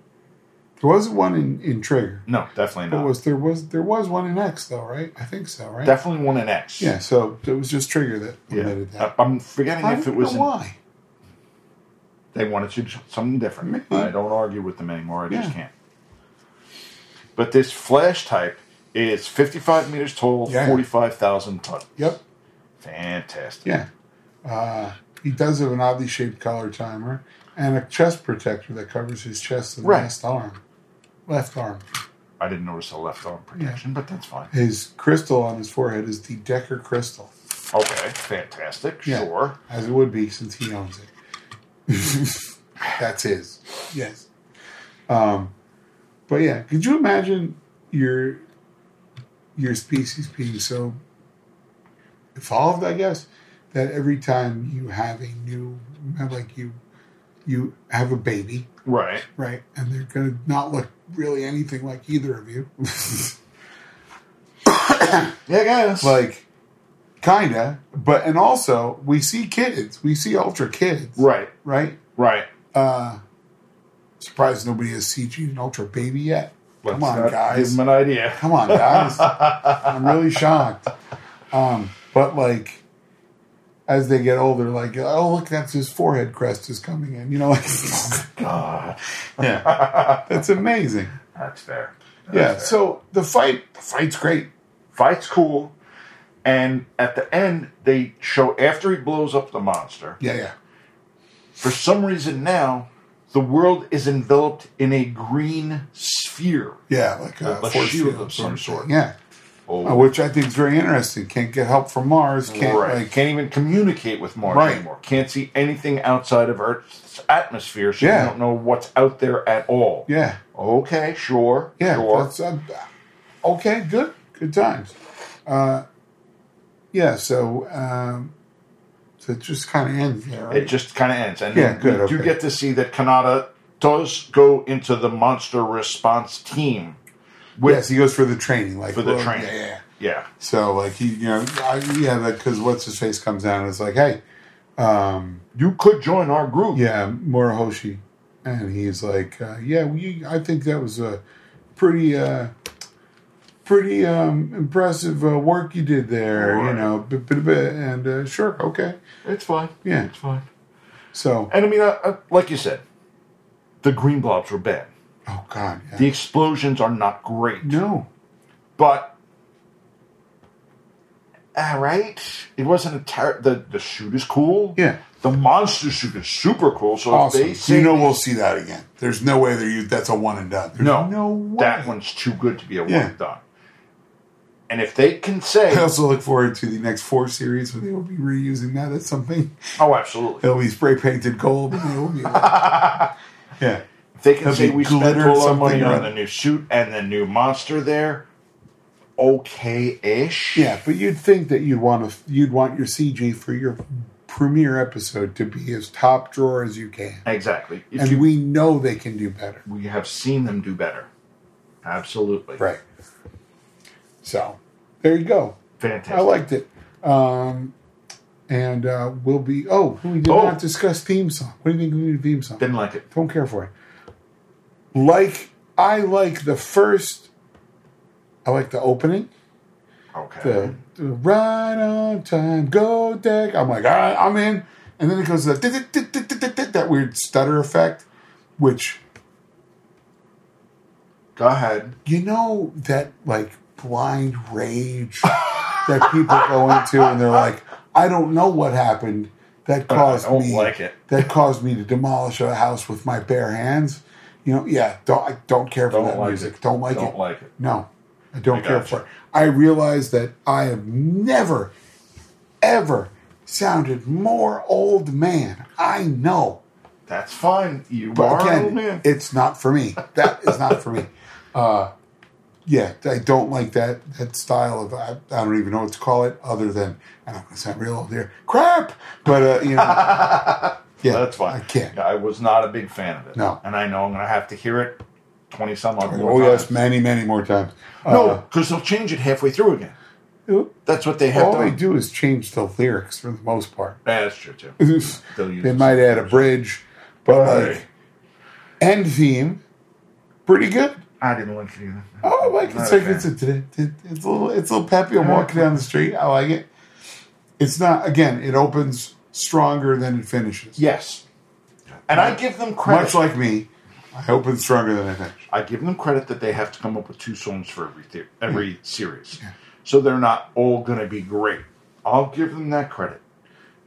[SPEAKER 2] There wasn't one in, in Trigger,
[SPEAKER 3] No, definitely
[SPEAKER 2] but
[SPEAKER 3] not.
[SPEAKER 2] was there was there was one in X though, right? I think so, right?
[SPEAKER 3] definitely one in X.
[SPEAKER 2] yeah. So it was just Trigger that
[SPEAKER 3] Yeah.
[SPEAKER 2] omitted
[SPEAKER 3] I-
[SPEAKER 2] that.
[SPEAKER 3] I'm forgetting
[SPEAKER 2] I
[SPEAKER 3] if
[SPEAKER 2] don't
[SPEAKER 3] it was
[SPEAKER 2] know
[SPEAKER 3] in,
[SPEAKER 2] why.
[SPEAKER 3] they wanted to do something different.
[SPEAKER 2] Maybe.
[SPEAKER 3] I don't argue with them anymore. I just
[SPEAKER 2] Yeah.
[SPEAKER 3] can't. But this flash type It's 55 meters tall,
[SPEAKER 2] Yeah.
[SPEAKER 3] 45,000 ton.
[SPEAKER 2] Yep.
[SPEAKER 3] Fantastic.
[SPEAKER 2] Yeah. Uh, he does have an oddly shaped collar timer and a chest protector that covers his chest and
[SPEAKER 3] Right.
[SPEAKER 2] last arm. Left arm.
[SPEAKER 3] I didn't notice the left arm protection, but that's fine.
[SPEAKER 2] His crystal on his forehead is the Decker crystal,
[SPEAKER 3] Okay, fantastic.
[SPEAKER 2] Yeah.
[SPEAKER 3] Sure.
[SPEAKER 2] as it would be since he owns it. That's his. Yes. Um, but yeah, could you imagine your your species being so evolved, I guess, that every time you have a new like you you have a baby,
[SPEAKER 3] Right.
[SPEAKER 2] right? And they're gonna not look really anything like either of you.
[SPEAKER 3] Yeah, guys.
[SPEAKER 2] like kinda but and also we see kids we see ultra kids
[SPEAKER 3] right,
[SPEAKER 2] right
[SPEAKER 3] right.
[SPEAKER 2] uh surprised nobody has cg an ultra baby yet come
[SPEAKER 3] Let's
[SPEAKER 2] on
[SPEAKER 3] not Give
[SPEAKER 2] guys
[SPEAKER 3] them an idea.
[SPEAKER 2] come on guys i'm really shocked um but like as they get older like oh look that's his forehead crest is coming in you know like
[SPEAKER 3] God.
[SPEAKER 2] yeah that's amazing
[SPEAKER 3] That's fair. That's
[SPEAKER 2] yeah
[SPEAKER 3] fair.
[SPEAKER 2] so the fight the fight's great
[SPEAKER 3] Fight's cool. And at the end, they show after he blows up the monster,
[SPEAKER 2] yeah yeah
[SPEAKER 3] for some reason now, the world is enveloped in a green sphere.
[SPEAKER 2] yeah like a,
[SPEAKER 3] Like a
[SPEAKER 2] force
[SPEAKER 3] shield
[SPEAKER 2] field
[SPEAKER 3] of some
[SPEAKER 2] sort
[SPEAKER 3] sort.
[SPEAKER 2] thing. yeah
[SPEAKER 3] Oh.
[SPEAKER 2] Uh, which I think is very interesting. Can't get help from Mars. Can't
[SPEAKER 3] right.
[SPEAKER 2] like
[SPEAKER 3] can't even communicate with Mars
[SPEAKER 2] Right.
[SPEAKER 3] anymore. Can't see anything outside of Earth's atmosphere, so
[SPEAKER 2] Yeah.
[SPEAKER 3] you don't know what's out there at all.
[SPEAKER 2] yeah,
[SPEAKER 3] Okay, sure.
[SPEAKER 2] yeah.
[SPEAKER 3] sure.
[SPEAKER 2] That's, uh, okay, good, good times. Uh, yeah. So um, so it just kind of ends there. Right?
[SPEAKER 3] It just kind of ends. And
[SPEAKER 2] Yeah,
[SPEAKER 3] then
[SPEAKER 2] good,
[SPEAKER 3] we do
[SPEAKER 2] okay.
[SPEAKER 3] get to see that Kanata does go into the monster response team. With,
[SPEAKER 2] yes, he goes for the training, like
[SPEAKER 3] For the
[SPEAKER 2] well,
[SPEAKER 3] training.
[SPEAKER 2] Yeah, yeah.
[SPEAKER 3] Yeah.
[SPEAKER 2] So like he, you know, I, yeah, like because what's his face comes down and it's like, hey, um,
[SPEAKER 3] You could join our group.
[SPEAKER 2] yeah, Morohoshi, and he's like, uh, yeah, we, I think that was a pretty, uh, pretty um, impressive uh, work you did there, you
[SPEAKER 3] Right.
[SPEAKER 2] know, b- b- b- and uh, sure, okay,
[SPEAKER 3] It's fine.
[SPEAKER 2] Yeah.
[SPEAKER 3] It's fine.
[SPEAKER 2] so,
[SPEAKER 3] And I mean, I, I, like you said, the green blobs were bad.
[SPEAKER 2] oh god, yeah.
[SPEAKER 3] The explosions are not great.
[SPEAKER 2] no,
[SPEAKER 3] But all right, it wasn't a ter- the the shoot is cool.
[SPEAKER 2] Yeah.
[SPEAKER 3] the monster shoot is super cool. So if they
[SPEAKER 2] awesome,
[SPEAKER 3] say
[SPEAKER 2] you know, we'll see that again. There's no way they're you. That's a one and done. There's
[SPEAKER 3] no,
[SPEAKER 2] no way.
[SPEAKER 3] that one's too good to be a one
[SPEAKER 2] Yeah.
[SPEAKER 3] and done. And if they can say,
[SPEAKER 2] I also look forward to the next four series where they will be reusing that as something.
[SPEAKER 3] oh, absolutely,
[SPEAKER 2] It'll be spray painted gold. And they will be like, yeah.
[SPEAKER 3] if they can
[SPEAKER 2] There'll
[SPEAKER 3] say
[SPEAKER 2] be
[SPEAKER 3] we spent
[SPEAKER 2] glitter
[SPEAKER 3] all our
[SPEAKER 2] something
[SPEAKER 3] money
[SPEAKER 2] or
[SPEAKER 3] on
[SPEAKER 2] other.
[SPEAKER 3] the new suit and the new monster there, okay ish.
[SPEAKER 2] Yeah, but you'd think that you'd want to you'd want your CG for your premiere episode to be as top drawer as you can,
[SPEAKER 3] exactly. If
[SPEAKER 2] and
[SPEAKER 3] you,
[SPEAKER 2] we know they can do better.
[SPEAKER 3] we have seen them do better. Absolutely,
[SPEAKER 2] Right. So there you go.
[SPEAKER 3] Fantastic.
[SPEAKER 2] I liked it. Um, and uh, we'll be oh we did
[SPEAKER 3] Oh.
[SPEAKER 2] not discuss theme song. What do you think we need a theme song?
[SPEAKER 3] Didn't like it.
[SPEAKER 2] Don't care for it. Like I like the first. I like the opening.
[SPEAKER 3] Okay.
[SPEAKER 2] the, the right on time go deck. I'm like, all right, I'm in. And then it goes to that, tick, tick, tick, tick, tick, tick, that weird stutter effect, which
[SPEAKER 3] Go ahead.
[SPEAKER 2] you know that like blind rage that people go into, and they're like, I don't know what happened that caused
[SPEAKER 3] don't
[SPEAKER 2] me
[SPEAKER 3] like it.
[SPEAKER 2] that caused me to demolish a house with my bare hands. You know, yeah, don't I don't care for
[SPEAKER 3] Don't
[SPEAKER 2] that
[SPEAKER 3] like
[SPEAKER 2] music.
[SPEAKER 3] it.
[SPEAKER 2] Don't like
[SPEAKER 3] Don't
[SPEAKER 2] it.
[SPEAKER 3] like it.
[SPEAKER 2] No, I don't
[SPEAKER 3] I
[SPEAKER 2] care
[SPEAKER 3] gotcha.
[SPEAKER 2] for it. I realize that I have never, ever sounded more old man. I know.
[SPEAKER 3] That's fine. You
[SPEAKER 2] But
[SPEAKER 3] are an
[SPEAKER 2] again,
[SPEAKER 3] old man.
[SPEAKER 2] it's not for me. That is not for me. Uh, yeah, I don't like that that style of I, I don't even know what to call it other than and I'm gonna sound real old here. Crap, but uh, you know, yeah,
[SPEAKER 3] That's fine.
[SPEAKER 2] I can't.
[SPEAKER 3] I was not a big fan of it.
[SPEAKER 2] No.
[SPEAKER 3] And I know I'm going to have to hear it 20 some odd more
[SPEAKER 2] Oh yes, Uh,
[SPEAKER 3] times.
[SPEAKER 2] many many more times.
[SPEAKER 3] No, because they'll change it halfway through again.
[SPEAKER 2] Uh,
[SPEAKER 3] That's what they have
[SPEAKER 2] all they
[SPEAKER 3] done.
[SPEAKER 2] do is change the lyrics for the most part.
[SPEAKER 3] That's true, too. They'll use
[SPEAKER 2] they
[SPEAKER 3] the
[SPEAKER 2] might
[SPEAKER 3] same
[SPEAKER 2] add a
[SPEAKER 3] version.
[SPEAKER 2] bridge, but
[SPEAKER 3] Right.
[SPEAKER 2] like end theme, pretty good.
[SPEAKER 3] I didn't like it either.
[SPEAKER 2] Oh, like
[SPEAKER 3] Not
[SPEAKER 2] it's like
[SPEAKER 3] fan.
[SPEAKER 2] it's a, it's a little it's a little peppy. I'm walking down the street. I like it. It's not again. It opens stronger than it finishes.
[SPEAKER 3] Yes. And I give them credit.
[SPEAKER 2] much like me, I hope it's stronger than I think.
[SPEAKER 3] I give them credit that they have to come up with two songs for every the- every series, so they're not all going to be great. I'll give them that credit,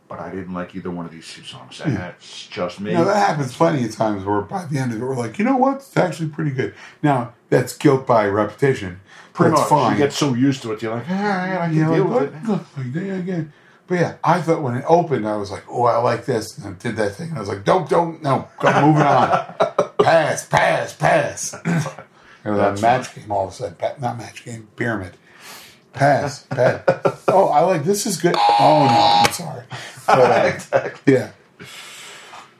[SPEAKER 3] but I didn't like either one of these two songs, and that's just me.
[SPEAKER 2] Now that happens plenty of times where by the end of it we're like, you know what? It's actually pretty good. Now that's guilt by repetition.
[SPEAKER 3] Pretty
[SPEAKER 2] that's
[SPEAKER 3] much, you get so used to it, you're like, all right, I can
[SPEAKER 2] you know,
[SPEAKER 3] deal
[SPEAKER 2] like,
[SPEAKER 3] with it.
[SPEAKER 2] "Look, look, there again. But yeah, I thought when it opened, I was like, oh, I like this, and I did that thing, and I was like, don't, don't, no, go moving on, pass, pass, pass. and that
[SPEAKER 3] That's
[SPEAKER 2] match game all of a sudden, pa- not match game, pyramid, pass, pass. oh, I like this is good. Oh no, I'm sorry. But, uh, Yeah.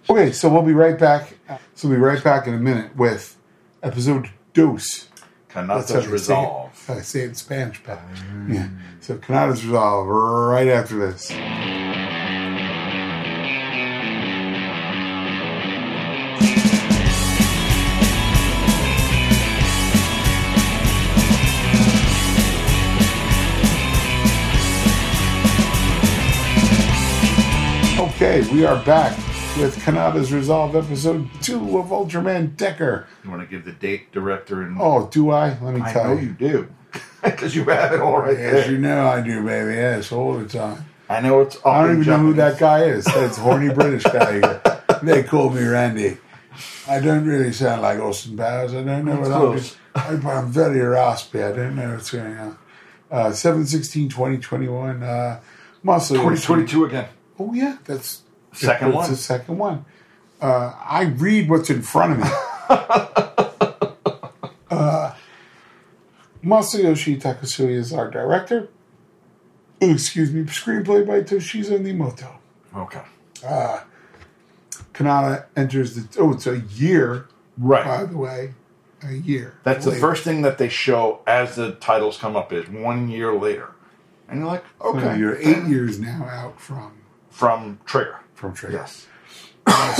[SPEAKER 2] Okay, so we'll be right back. So we'll be right back in a minute with episode dose.
[SPEAKER 3] Cannot
[SPEAKER 2] how they say it.
[SPEAKER 3] resolve. Mm.
[SPEAKER 2] I say it in Spanish, but yeah. So Canada's resolve right after this. Okay, we are back with Kanada's Resolve episode two of Ultraman Decker.
[SPEAKER 3] You want to give the date, director, and
[SPEAKER 2] Oh, do I? Let me
[SPEAKER 3] I
[SPEAKER 2] tell
[SPEAKER 3] know
[SPEAKER 2] you.
[SPEAKER 3] you do because you have it all right
[SPEAKER 2] Yes,
[SPEAKER 3] there.
[SPEAKER 2] you know I do, baby. Yes, all the time.
[SPEAKER 3] I know it's.
[SPEAKER 2] I don't even know who that guy is. That's horny British guy. They call me Randy. I don't really sound like Austin Powers. I don't know what I'm doing.
[SPEAKER 3] Close.
[SPEAKER 2] I- but I'm very raspy. I don't know what's going on. Uh, 7 16 20 21. Uh, muscle.
[SPEAKER 3] 2022 again.
[SPEAKER 2] Oh, yeah. That's
[SPEAKER 3] Second
[SPEAKER 2] that's
[SPEAKER 3] one.
[SPEAKER 2] the second one. Uh, I read what's in front of me. uh, Masayoshi Takasui is our director. Ooh, excuse me, screenplay by Toshizo Nimoto.
[SPEAKER 3] Okay.
[SPEAKER 2] Kanada enters the. Oh, it's a year,
[SPEAKER 3] Right.
[SPEAKER 2] by the way. A year.
[SPEAKER 3] That's the
[SPEAKER 2] Later.
[SPEAKER 3] first thing that they show as the titles come up is one year later. And you're like,
[SPEAKER 2] So
[SPEAKER 3] okay.
[SPEAKER 2] You're eight years now out from
[SPEAKER 3] From Trigger.
[SPEAKER 2] from training.
[SPEAKER 3] Yes.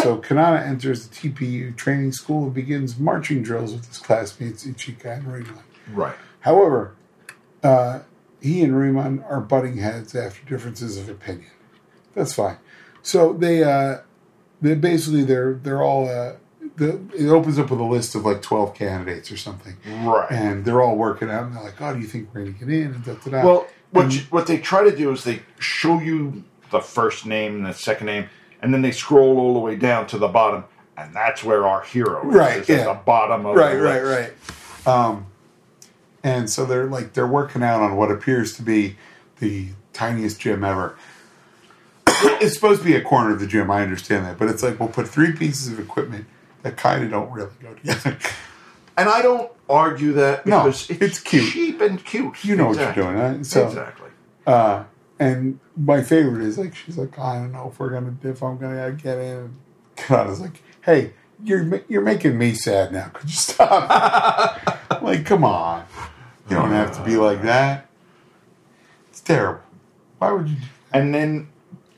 [SPEAKER 2] So Kanata enters the TPU training school and begins marching drills with his classmates Ichika and Ringo.
[SPEAKER 3] Right.
[SPEAKER 2] However, uh, he and Riemann are butting heads after differences of opinion. That's fine. So they uh, they basically they're they're all uh, the it opens up with a list of like twelve candidates or something,
[SPEAKER 3] Right.
[SPEAKER 2] and they're all working out. And they're like, "Oh, do you think we're going to get in?" And da, da, da.
[SPEAKER 3] well, what, you, what they try to do is they show you the first name and the second name, and then they scroll all the way down to the bottom, and that's where our hero is.
[SPEAKER 2] Right,
[SPEAKER 3] is
[SPEAKER 2] yeah.
[SPEAKER 3] at the bottom of
[SPEAKER 2] right,
[SPEAKER 3] the
[SPEAKER 2] right,
[SPEAKER 3] list.
[SPEAKER 2] right. Um, and so they're like they're working out on what appears to be the tiniest gym ever. it's supposed to be a corner of the gym. I understand that, but it's like we'll put three pieces of equipment that kind of don't really go together.
[SPEAKER 3] And I don't argue that
[SPEAKER 2] No,
[SPEAKER 3] because it's,
[SPEAKER 2] it's cute.
[SPEAKER 3] cheap and cute.
[SPEAKER 2] You know what you're doing, right? So-
[SPEAKER 3] exactly.
[SPEAKER 2] and my favorite is like she's like I don't know if we're gonna if I'm gonna get in. God is like, hey, you're ma- you're making me sad now. Could you stop? I'm like, come on, you don't have to be like that. It's terrible. Why would you? do
[SPEAKER 3] And then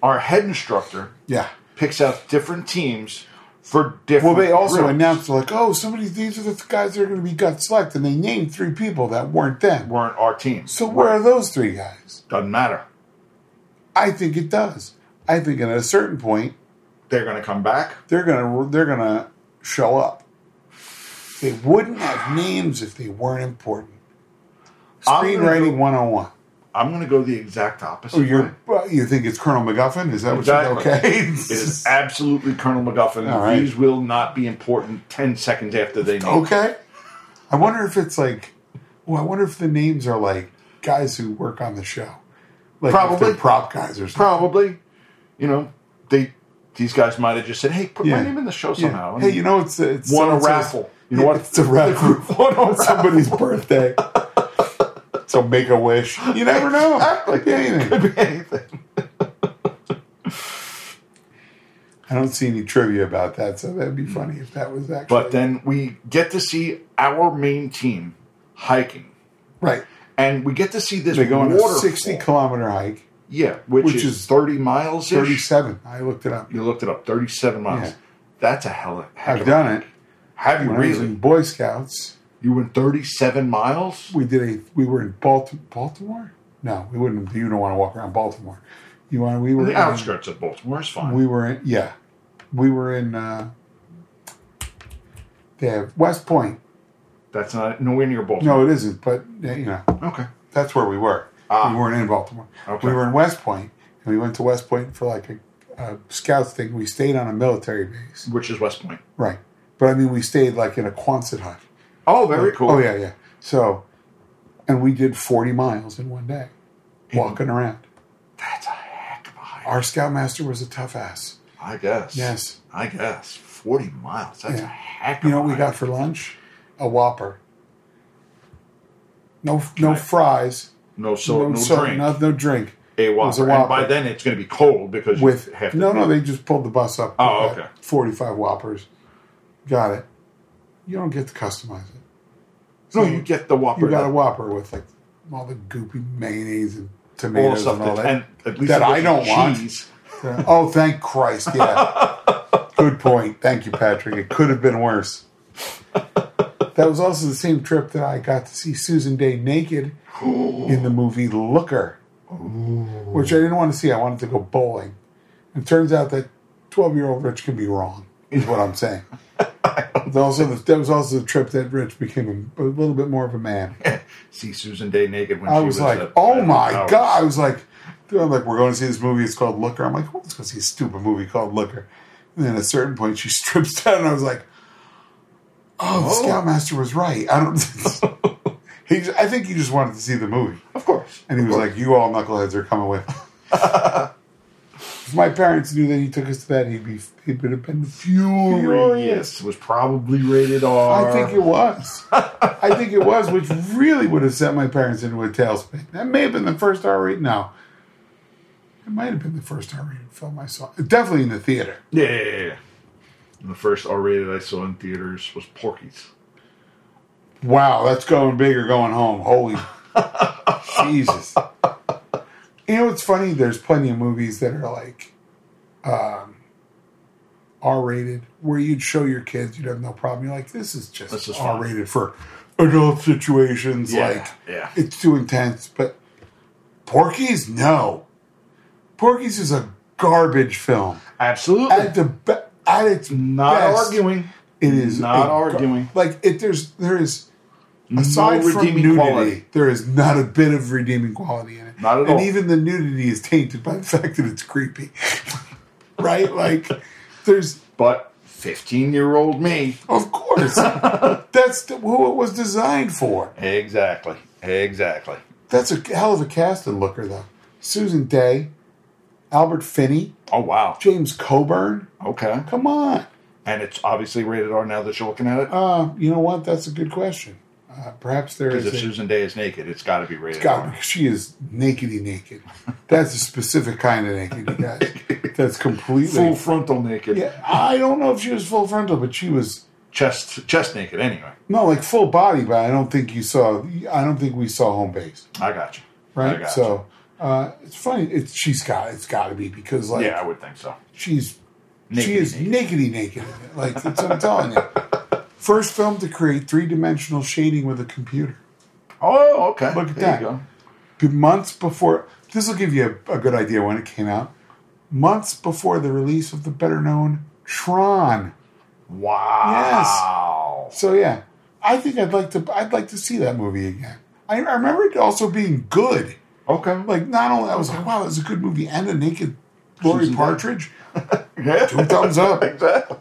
[SPEAKER 3] our head instructor
[SPEAKER 2] Yeah.
[SPEAKER 3] picks out different teams for different.
[SPEAKER 2] Well, they also
[SPEAKER 3] groups.
[SPEAKER 2] announced like, oh, somebody these are the guys that are going to be gut select, and they named three people that weren't them.
[SPEAKER 3] weren't our teams.
[SPEAKER 2] So where are those three guys?
[SPEAKER 3] Doesn't matter.
[SPEAKER 2] I think it does. I think at a certain point,
[SPEAKER 3] They're going to come back.
[SPEAKER 2] they're gonna they're gonna show up. They wouldn't have names if they weren't important.
[SPEAKER 3] I'm gonna
[SPEAKER 2] Screenwriting
[SPEAKER 3] go-
[SPEAKER 2] 101.
[SPEAKER 3] I'm going to go the exact opposite.
[SPEAKER 2] Oh, you're,
[SPEAKER 3] way.
[SPEAKER 2] well, you think it's Colonel McGuffin? Is that what
[SPEAKER 3] Exactly.
[SPEAKER 2] you're okay?
[SPEAKER 3] It is absolutely Colonel McGuffin.
[SPEAKER 2] All right.
[SPEAKER 3] These will not be important 10 seconds after they name.
[SPEAKER 2] okay. I wonder if it's like, well, I wonder if the names are like guys who work on the show. Like if
[SPEAKER 3] Probably.
[SPEAKER 2] they're prop guys or something.
[SPEAKER 3] Probably, you know, they these guys might have just said, hey, put
[SPEAKER 2] Yeah.
[SPEAKER 3] my name in the show
[SPEAKER 2] Yeah.
[SPEAKER 3] somehow.
[SPEAKER 2] Hey, you know, it's, it's
[SPEAKER 3] Won a
[SPEAKER 2] so-and-so's-
[SPEAKER 3] raffle. You know what?
[SPEAKER 2] It's a raffle.
[SPEAKER 3] Won a
[SPEAKER 2] on somebody's birthday. so make a wish. You never know. Like anything.
[SPEAKER 3] Could be anything.
[SPEAKER 2] I don't see any trivia about that, so that'd be funny if that was actually.
[SPEAKER 3] Hmm. But then we get to see our main team hiking.
[SPEAKER 2] right,
[SPEAKER 3] And we get to see this
[SPEAKER 2] they go on a
[SPEAKER 3] waterfall.
[SPEAKER 2] sixty-kilometer hike,
[SPEAKER 3] Yeah, which,
[SPEAKER 2] Which
[SPEAKER 3] is,
[SPEAKER 2] is
[SPEAKER 3] 30 miles ish.
[SPEAKER 2] thirty-seven. I looked it up.
[SPEAKER 3] You looked it up, 37 miles.
[SPEAKER 2] Yeah.
[SPEAKER 3] That's a hell of heck
[SPEAKER 2] I've
[SPEAKER 3] of a
[SPEAKER 2] done it.
[SPEAKER 3] Have you
[SPEAKER 2] When I was in
[SPEAKER 3] really?
[SPEAKER 2] Boy Scouts,
[SPEAKER 3] You went 37 miles?
[SPEAKER 2] we did a. We were in Baltimore. Baltimore? No, we wouldn't. You don't want to walk around Baltimore. You want? We were
[SPEAKER 3] The
[SPEAKER 2] in-
[SPEAKER 3] outskirts of Baltimore is fine.
[SPEAKER 2] We were in. Yeah, we were in. uh They have West Point.
[SPEAKER 3] That's not nowhere near Baltimore.
[SPEAKER 2] No, it isn't, but uh, you know
[SPEAKER 3] Okay.
[SPEAKER 2] that's where we were.
[SPEAKER 3] Ah.
[SPEAKER 2] We weren't in Baltimore.
[SPEAKER 3] Okay.
[SPEAKER 2] We were in West Point, and we went to West Point for like a, a scouts thing. We stayed on a military base,
[SPEAKER 3] Which is West Point.
[SPEAKER 2] right? But I mean, we stayed like in a Quonset hut.
[SPEAKER 3] Oh, very cool.
[SPEAKER 2] Oh yeah, yeah. So, and we did forty miles in one day, walking around.
[SPEAKER 3] That's a heck of a hike.
[SPEAKER 2] Our scoutmaster was a tough ass.
[SPEAKER 3] I guess.
[SPEAKER 2] Yes.
[SPEAKER 3] I guess. 40 miles. That's
[SPEAKER 2] Yeah.
[SPEAKER 3] a heck of
[SPEAKER 2] You know what
[SPEAKER 3] a
[SPEAKER 2] we got
[SPEAKER 3] hike.
[SPEAKER 2] for lunch? A Whopper. No, no fries.
[SPEAKER 3] No, so, no,
[SPEAKER 2] soda,
[SPEAKER 3] drink.
[SPEAKER 2] No, no drink.
[SPEAKER 3] a
[SPEAKER 2] was a
[SPEAKER 3] Whopper. And by
[SPEAKER 2] Whopper.
[SPEAKER 3] then it's going to be cold because
[SPEAKER 2] With
[SPEAKER 3] you have to.
[SPEAKER 2] no, no, they just pulled the bus up.
[SPEAKER 3] Oh,
[SPEAKER 2] with that
[SPEAKER 3] okay.
[SPEAKER 2] Forty-five Whoppers. Got it. You don't get to customize it.
[SPEAKER 3] No, you get the Whopper. uh,
[SPEAKER 2] You got a Whopper with like all the goopy mayonnaise and
[SPEAKER 3] all the
[SPEAKER 2] tomatoes
[SPEAKER 3] stuff
[SPEAKER 2] and all
[SPEAKER 3] that,
[SPEAKER 2] that.
[SPEAKER 3] and at least
[SPEAKER 2] that
[SPEAKER 3] it
[SPEAKER 2] I don't
[SPEAKER 3] wasn't
[SPEAKER 2] want.
[SPEAKER 3] cheese.
[SPEAKER 2] Yeah. Oh, thank Christ. Yeah. Good point. Thank you, Patrick. It could have been worse. That was also the same trip that I got to see Susan Day naked in the movie Looker, which I didn't want to see. I wanted to go bowling. It turns out that 12 year old Rich can be wrong, is what I'm saying. That also, that was also the trip that Rich became a, a little bit more of a man.
[SPEAKER 3] See Susan Day naked when
[SPEAKER 2] I
[SPEAKER 3] she
[SPEAKER 2] was like,
[SPEAKER 3] at-
[SPEAKER 2] oh
[SPEAKER 3] at
[SPEAKER 2] my
[SPEAKER 3] ours.
[SPEAKER 2] god! I was like, dude, I'm like, we're going to see this movie. It's called Looker. I'm like, well, let's go see a stupid movie called Looker. And then at a certain point, she strips down, and I was like, oh, the
[SPEAKER 3] Oh.
[SPEAKER 2] Scoutmaster was right. I don't. he, just, I think he just wanted to see the movie,
[SPEAKER 3] Of course.
[SPEAKER 2] and he was like, you all knuckleheads are coming with. me." if my parents knew that he took us to that, he'd be he'd have been furious.
[SPEAKER 3] Furious was probably rated R.
[SPEAKER 2] I think it was. I think it was, which really would have sent my parents into a tailspin. That may have been the first R rated. No, it might have been the first R rated film I saw. Definitely in the theater.
[SPEAKER 3] Yeah, yeah, yeah, yeah. And the first R-rated I saw in theaters was Porky's.
[SPEAKER 2] Wow, that's going big or going home. Holy Jesus! You know what's funny? There's plenty of movies that are like um, R rated, where you'd show your kids, you'd have no problem. You're like, this is just
[SPEAKER 3] This is fun.
[SPEAKER 2] R rated for adult situations.
[SPEAKER 3] Yeah,
[SPEAKER 2] Like,
[SPEAKER 3] yeah.
[SPEAKER 2] it's too intense. But Porky's, no. Porky's is a garbage film.
[SPEAKER 3] Absolutely.
[SPEAKER 2] At the be- at its
[SPEAKER 3] not
[SPEAKER 2] best,
[SPEAKER 3] arguing.
[SPEAKER 2] It is
[SPEAKER 3] Not
[SPEAKER 2] a gar-
[SPEAKER 3] arguing.
[SPEAKER 2] like it, there's there is aside from
[SPEAKER 3] redeeming
[SPEAKER 2] nudity,
[SPEAKER 3] quality.
[SPEAKER 2] there is not a bit of redeeming quality in it.
[SPEAKER 3] Not at
[SPEAKER 2] and
[SPEAKER 3] all.
[SPEAKER 2] even the nudity is tainted by the fact that it's creepy, right? Like, there's
[SPEAKER 3] But 15-year-old me.
[SPEAKER 2] of course that's the, who it was designed for.
[SPEAKER 3] Exactly. Exactly.
[SPEAKER 2] That's a hell of a cast in Looker, though. Susan Day, Albert Finney,
[SPEAKER 3] Oh, wow.
[SPEAKER 2] James Coburn.
[SPEAKER 3] Okay.
[SPEAKER 2] Come on.
[SPEAKER 3] And it's obviously rated R now that you're looking at it.
[SPEAKER 2] Uh, you know what? That's a good question. Uh, perhaps there
[SPEAKER 3] Because if
[SPEAKER 2] is. A,
[SPEAKER 3] Susan Day is naked, it's got to be rated
[SPEAKER 2] God,
[SPEAKER 3] R.
[SPEAKER 2] she is nakedy naked. That's a specific kind of naked, you guys. That's completely
[SPEAKER 3] Full frontal naked.
[SPEAKER 2] Yeah, I don't know if she was full frontal, but she was
[SPEAKER 3] Chest chest naked anyway.
[SPEAKER 2] no like full body. But I don't think you saw. I don't think we saw home base,
[SPEAKER 3] I got you. I
[SPEAKER 2] right?
[SPEAKER 3] got
[SPEAKER 2] So uh, it's funny. It's she's got. It's got to be because
[SPEAKER 3] you.
[SPEAKER 2] like
[SPEAKER 3] Yeah, I would think so.
[SPEAKER 2] she's she
[SPEAKER 3] Naked,
[SPEAKER 2] is
[SPEAKER 3] naked.
[SPEAKER 2] nakedy naked. in it. Like that's what I'm telling you. First film to create three dimensional shading with a computer.
[SPEAKER 3] Oh, okay.
[SPEAKER 2] Look at
[SPEAKER 3] There
[SPEAKER 2] that.
[SPEAKER 3] you go.
[SPEAKER 2] The Months before this will give you a, a good idea when it came out. Months before the release of the better known Tron.
[SPEAKER 3] Wow.
[SPEAKER 2] So yeah, I think I'd like to. I'd like to see that movie again. I, I remember it also being good.
[SPEAKER 3] Okay.
[SPEAKER 2] Like not only I was like, wow, it was a good movie, and a naked Lori
[SPEAKER 3] Susan Day.
[SPEAKER 2] Partridge.
[SPEAKER 3] Yeah.
[SPEAKER 2] Thumbs up.
[SPEAKER 3] exactly.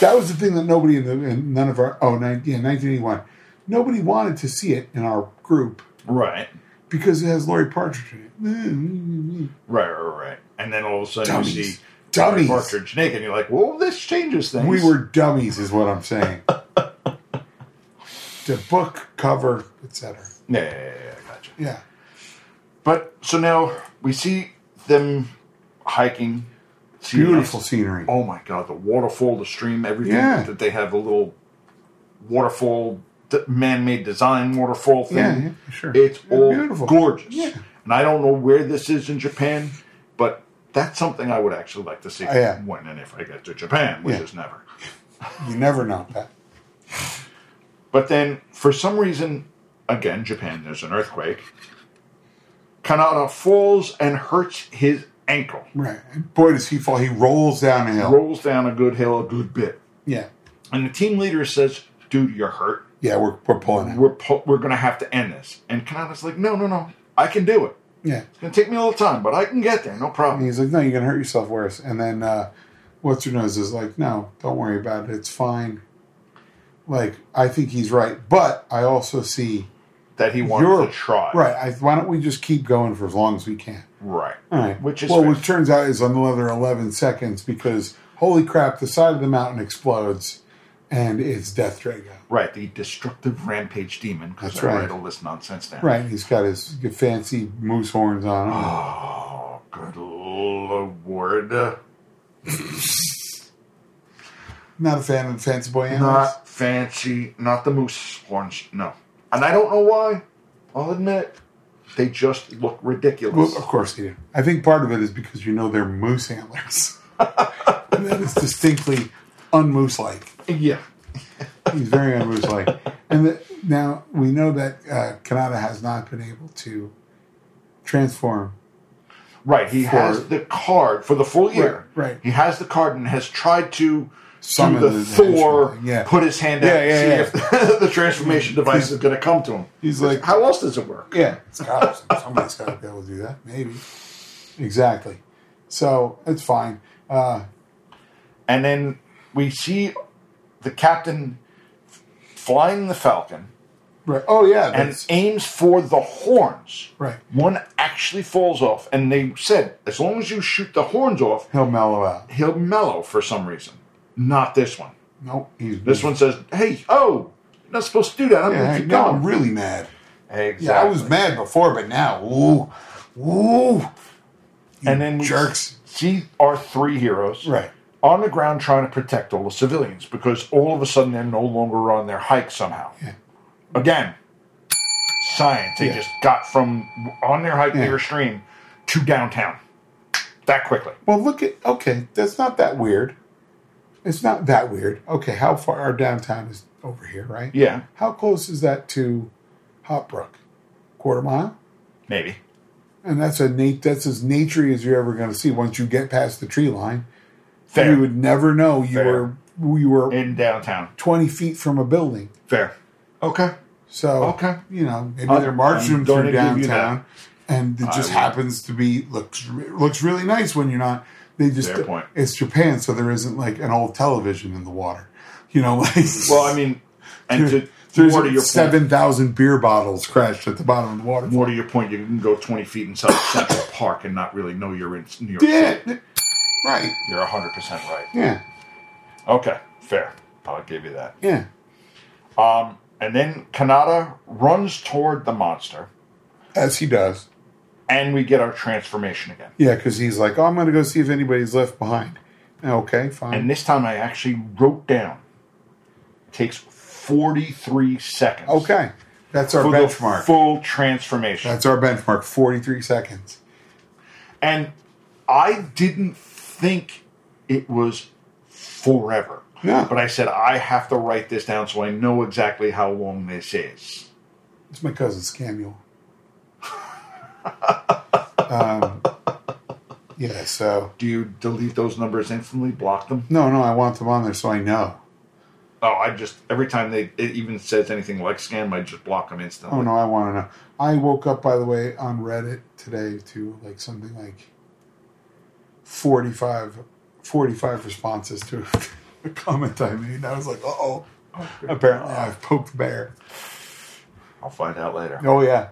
[SPEAKER 2] That was the thing that nobody in the in none of our oh nine, yeah nineteen eighty one. Nobody wanted to see it in our group
[SPEAKER 3] Right.
[SPEAKER 2] because it has Lori Partridge in it.
[SPEAKER 3] Right, right, right. And then all of a sudden you
[SPEAKER 2] Dummies.
[SPEAKER 3] see
[SPEAKER 2] Dummies.
[SPEAKER 3] Partridge naked, and you're like, "Well, this changes things."
[SPEAKER 2] We were dummies, is what I'm saying. the book cover, etc.
[SPEAKER 3] Yeah, yeah, yeah, yeah, I gotcha.
[SPEAKER 2] Yeah.
[SPEAKER 3] But so now we see them hiking. see a nice-
[SPEAKER 2] Beautiful scenery.
[SPEAKER 3] oh my god, the waterfall, the stream, everything
[SPEAKER 2] Yeah.
[SPEAKER 3] that they have a little waterfall, d- man-made design waterfall thing.
[SPEAKER 2] Yeah, yeah, sure.
[SPEAKER 3] It's
[SPEAKER 2] Yeah,
[SPEAKER 3] all
[SPEAKER 2] beautiful.
[SPEAKER 3] gorgeous.
[SPEAKER 2] Yeah.
[SPEAKER 3] And I don't know where this is in Japan, but that's something I would actually like to see
[SPEAKER 2] Oh, yeah.
[SPEAKER 3] when and if I get to Japan, which
[SPEAKER 2] Yeah.
[SPEAKER 3] is never.
[SPEAKER 2] You never know that.
[SPEAKER 3] But then, for some reason, again, Japan, there's an earthquake. Kanata falls and hurts his ankle.
[SPEAKER 2] Right. And boy, does he fall. He rolls down a hill.
[SPEAKER 3] Rolls down a good hill a good bit.
[SPEAKER 2] yeah.
[SPEAKER 3] And the team leader says, dude, you're hurt.
[SPEAKER 2] Yeah, we're, we're pulling out.
[SPEAKER 3] We're pu- we're gonna have to end this. And Kanata's like, no, no, no, I can do it.
[SPEAKER 2] Yeah.
[SPEAKER 3] It's gonna take me a little time, but I can get there. No
[SPEAKER 2] And
[SPEAKER 3] problem.
[SPEAKER 2] he's like, no, you're going to hurt yourself worse. And then uh, what's her nose is like, no, don't worry about it. It's fine. Like, I think he's right. But I also see,
[SPEAKER 3] That he wants
[SPEAKER 2] You're-
[SPEAKER 3] to try.
[SPEAKER 2] right, I, why don't we just keep going for as long as we can?
[SPEAKER 3] Right.
[SPEAKER 2] All right.
[SPEAKER 3] Which is
[SPEAKER 2] well,
[SPEAKER 3] fair.
[SPEAKER 2] which turns out is another 11 seconds because holy crap, the side of the mountain explodes and it's Death Drago.
[SPEAKER 3] Right. The destructive rampage demon. Because
[SPEAKER 2] That's
[SPEAKER 3] I
[SPEAKER 2] right.
[SPEAKER 3] write all this nonsense down.
[SPEAKER 2] Right. He's got his fancy moose horns on.
[SPEAKER 3] Oh, good lord.
[SPEAKER 2] Not a fan of fancy boy animals.
[SPEAKER 3] Not fancy. Not the moose horns. No. And I don't know why. I'll admit, they just look ridiculous.
[SPEAKER 2] Well, of course they do. I think part of it is because you know they're moose antlers. and that is distinctly unmoose like.
[SPEAKER 3] yeah.
[SPEAKER 2] He's very unmoose like. And the, now we know that uh, Kanata has not been able to transform.
[SPEAKER 3] Right. He has the card for the full year.
[SPEAKER 2] Right, right.
[SPEAKER 3] He has the card and has tried to. do
[SPEAKER 2] Summon
[SPEAKER 3] the,
[SPEAKER 2] the-
[SPEAKER 3] Thor,
[SPEAKER 2] yeah.
[SPEAKER 3] put his hand
[SPEAKER 2] Yeah,
[SPEAKER 3] out,
[SPEAKER 2] yeah,
[SPEAKER 3] see
[SPEAKER 2] yeah.
[SPEAKER 3] if the transformation device is going to come to him.
[SPEAKER 2] He's like,
[SPEAKER 3] How else does it work?
[SPEAKER 2] yeah, scholars. somebody's got to be able to do that. Maybe. Exactly. So it's fine. Uh,
[SPEAKER 3] And then we see the captain flying the Falcon
[SPEAKER 2] right. Oh, yeah.
[SPEAKER 3] and
[SPEAKER 2] That's,
[SPEAKER 3] aims for the horns.
[SPEAKER 2] right.
[SPEAKER 3] One actually falls off, and they said as long as you shoot the horns off,
[SPEAKER 2] He'll mellow out.
[SPEAKER 3] he'll mellow for some reason. Not this one.
[SPEAKER 2] Nope. He's,
[SPEAKER 3] This one says, "Hey, oh, you're not supposed to do that. I'm
[SPEAKER 2] Hmm. Yeah,
[SPEAKER 3] going
[SPEAKER 2] hey,
[SPEAKER 3] to keep
[SPEAKER 2] now I'm
[SPEAKER 3] going."
[SPEAKER 2] really mad.
[SPEAKER 3] Exactly.
[SPEAKER 2] Yeah, I was mad before, but now, ooh, ooh,
[SPEAKER 3] and then we
[SPEAKER 2] jerks.
[SPEAKER 3] See our three heroes
[SPEAKER 2] Right.
[SPEAKER 3] on the ground trying to protect all the civilians because all of a sudden they're no longer on their hike somehow.
[SPEAKER 2] Yeah.
[SPEAKER 3] Again, science. They
[SPEAKER 2] Yeah.
[SPEAKER 3] just got from on their hike
[SPEAKER 2] Yeah.
[SPEAKER 3] near a stream to downtown that quickly.
[SPEAKER 2] Well, look at okay. That's not that weird. It's not that weird. Okay, how far our downtown is over here, right?
[SPEAKER 3] Yeah,
[SPEAKER 2] How close is that to Hot Brook? Quarter mile,
[SPEAKER 3] maybe.
[SPEAKER 2] and that's a nat- that's as naturey as you're ever going to see. Once you get past the tree line,
[SPEAKER 3] Fair.
[SPEAKER 2] you would never know you
[SPEAKER 3] Fair.
[SPEAKER 2] were you were
[SPEAKER 3] in downtown.
[SPEAKER 2] 20 feet from a building.
[SPEAKER 3] Fair. Okay.
[SPEAKER 2] So
[SPEAKER 3] Okay.
[SPEAKER 2] you know, maybe
[SPEAKER 3] I'm-
[SPEAKER 2] they're marching
[SPEAKER 3] I'm
[SPEAKER 2] through
[SPEAKER 3] gonna give you
[SPEAKER 2] downtown, and it just
[SPEAKER 3] will.
[SPEAKER 2] happens to be looks re- looks really nice when you're not. They just
[SPEAKER 3] Fair point.
[SPEAKER 2] it's Japan, so there isn't like an old television in the water, you know. Like
[SPEAKER 3] Well, I mean, and to
[SPEAKER 2] there's
[SPEAKER 3] more to your point,
[SPEAKER 2] seven thousand beer bottles crashed at the bottom of the water.
[SPEAKER 3] more to your point, you can go twenty feet inside Central Park and not really know you're in New York. City.
[SPEAKER 2] Yeah, right.
[SPEAKER 3] You're hundred percent right.
[SPEAKER 2] Yeah,
[SPEAKER 3] Okay, fair. I'll give you that.
[SPEAKER 2] yeah.
[SPEAKER 3] Um, and then Kanata runs toward the monster,
[SPEAKER 2] As he does.
[SPEAKER 3] and we get our transformation again.
[SPEAKER 2] Yeah, because he's like, oh, I'm going to go see if anybody's left behind. Okay, fine.
[SPEAKER 3] And this time I actually wrote down. It takes 43 seconds.
[SPEAKER 2] okay, that's our
[SPEAKER 3] For
[SPEAKER 2] benchmark.
[SPEAKER 3] the full transformation.
[SPEAKER 2] that's our benchmark. Forty-three seconds.
[SPEAKER 3] and I didn't think it was forever.
[SPEAKER 2] Yeah.
[SPEAKER 3] But I said, I have to write this down so I know exactly how long this is.
[SPEAKER 2] It's my cousin Samuel. um, yeah, so
[SPEAKER 3] Do you delete those numbers instantly, block them?
[SPEAKER 2] no, no, I want them on there so I know.
[SPEAKER 3] Oh, I just every time they it even says anything like scam, I just block them instantly.
[SPEAKER 2] Oh no, I want to know. I woke up by the way on Reddit today to like something like 45, 45 responses to a comment I made. I was like, uh oh. Apparently, I've poked bear.
[SPEAKER 3] I'll find out later.
[SPEAKER 2] Oh yeah,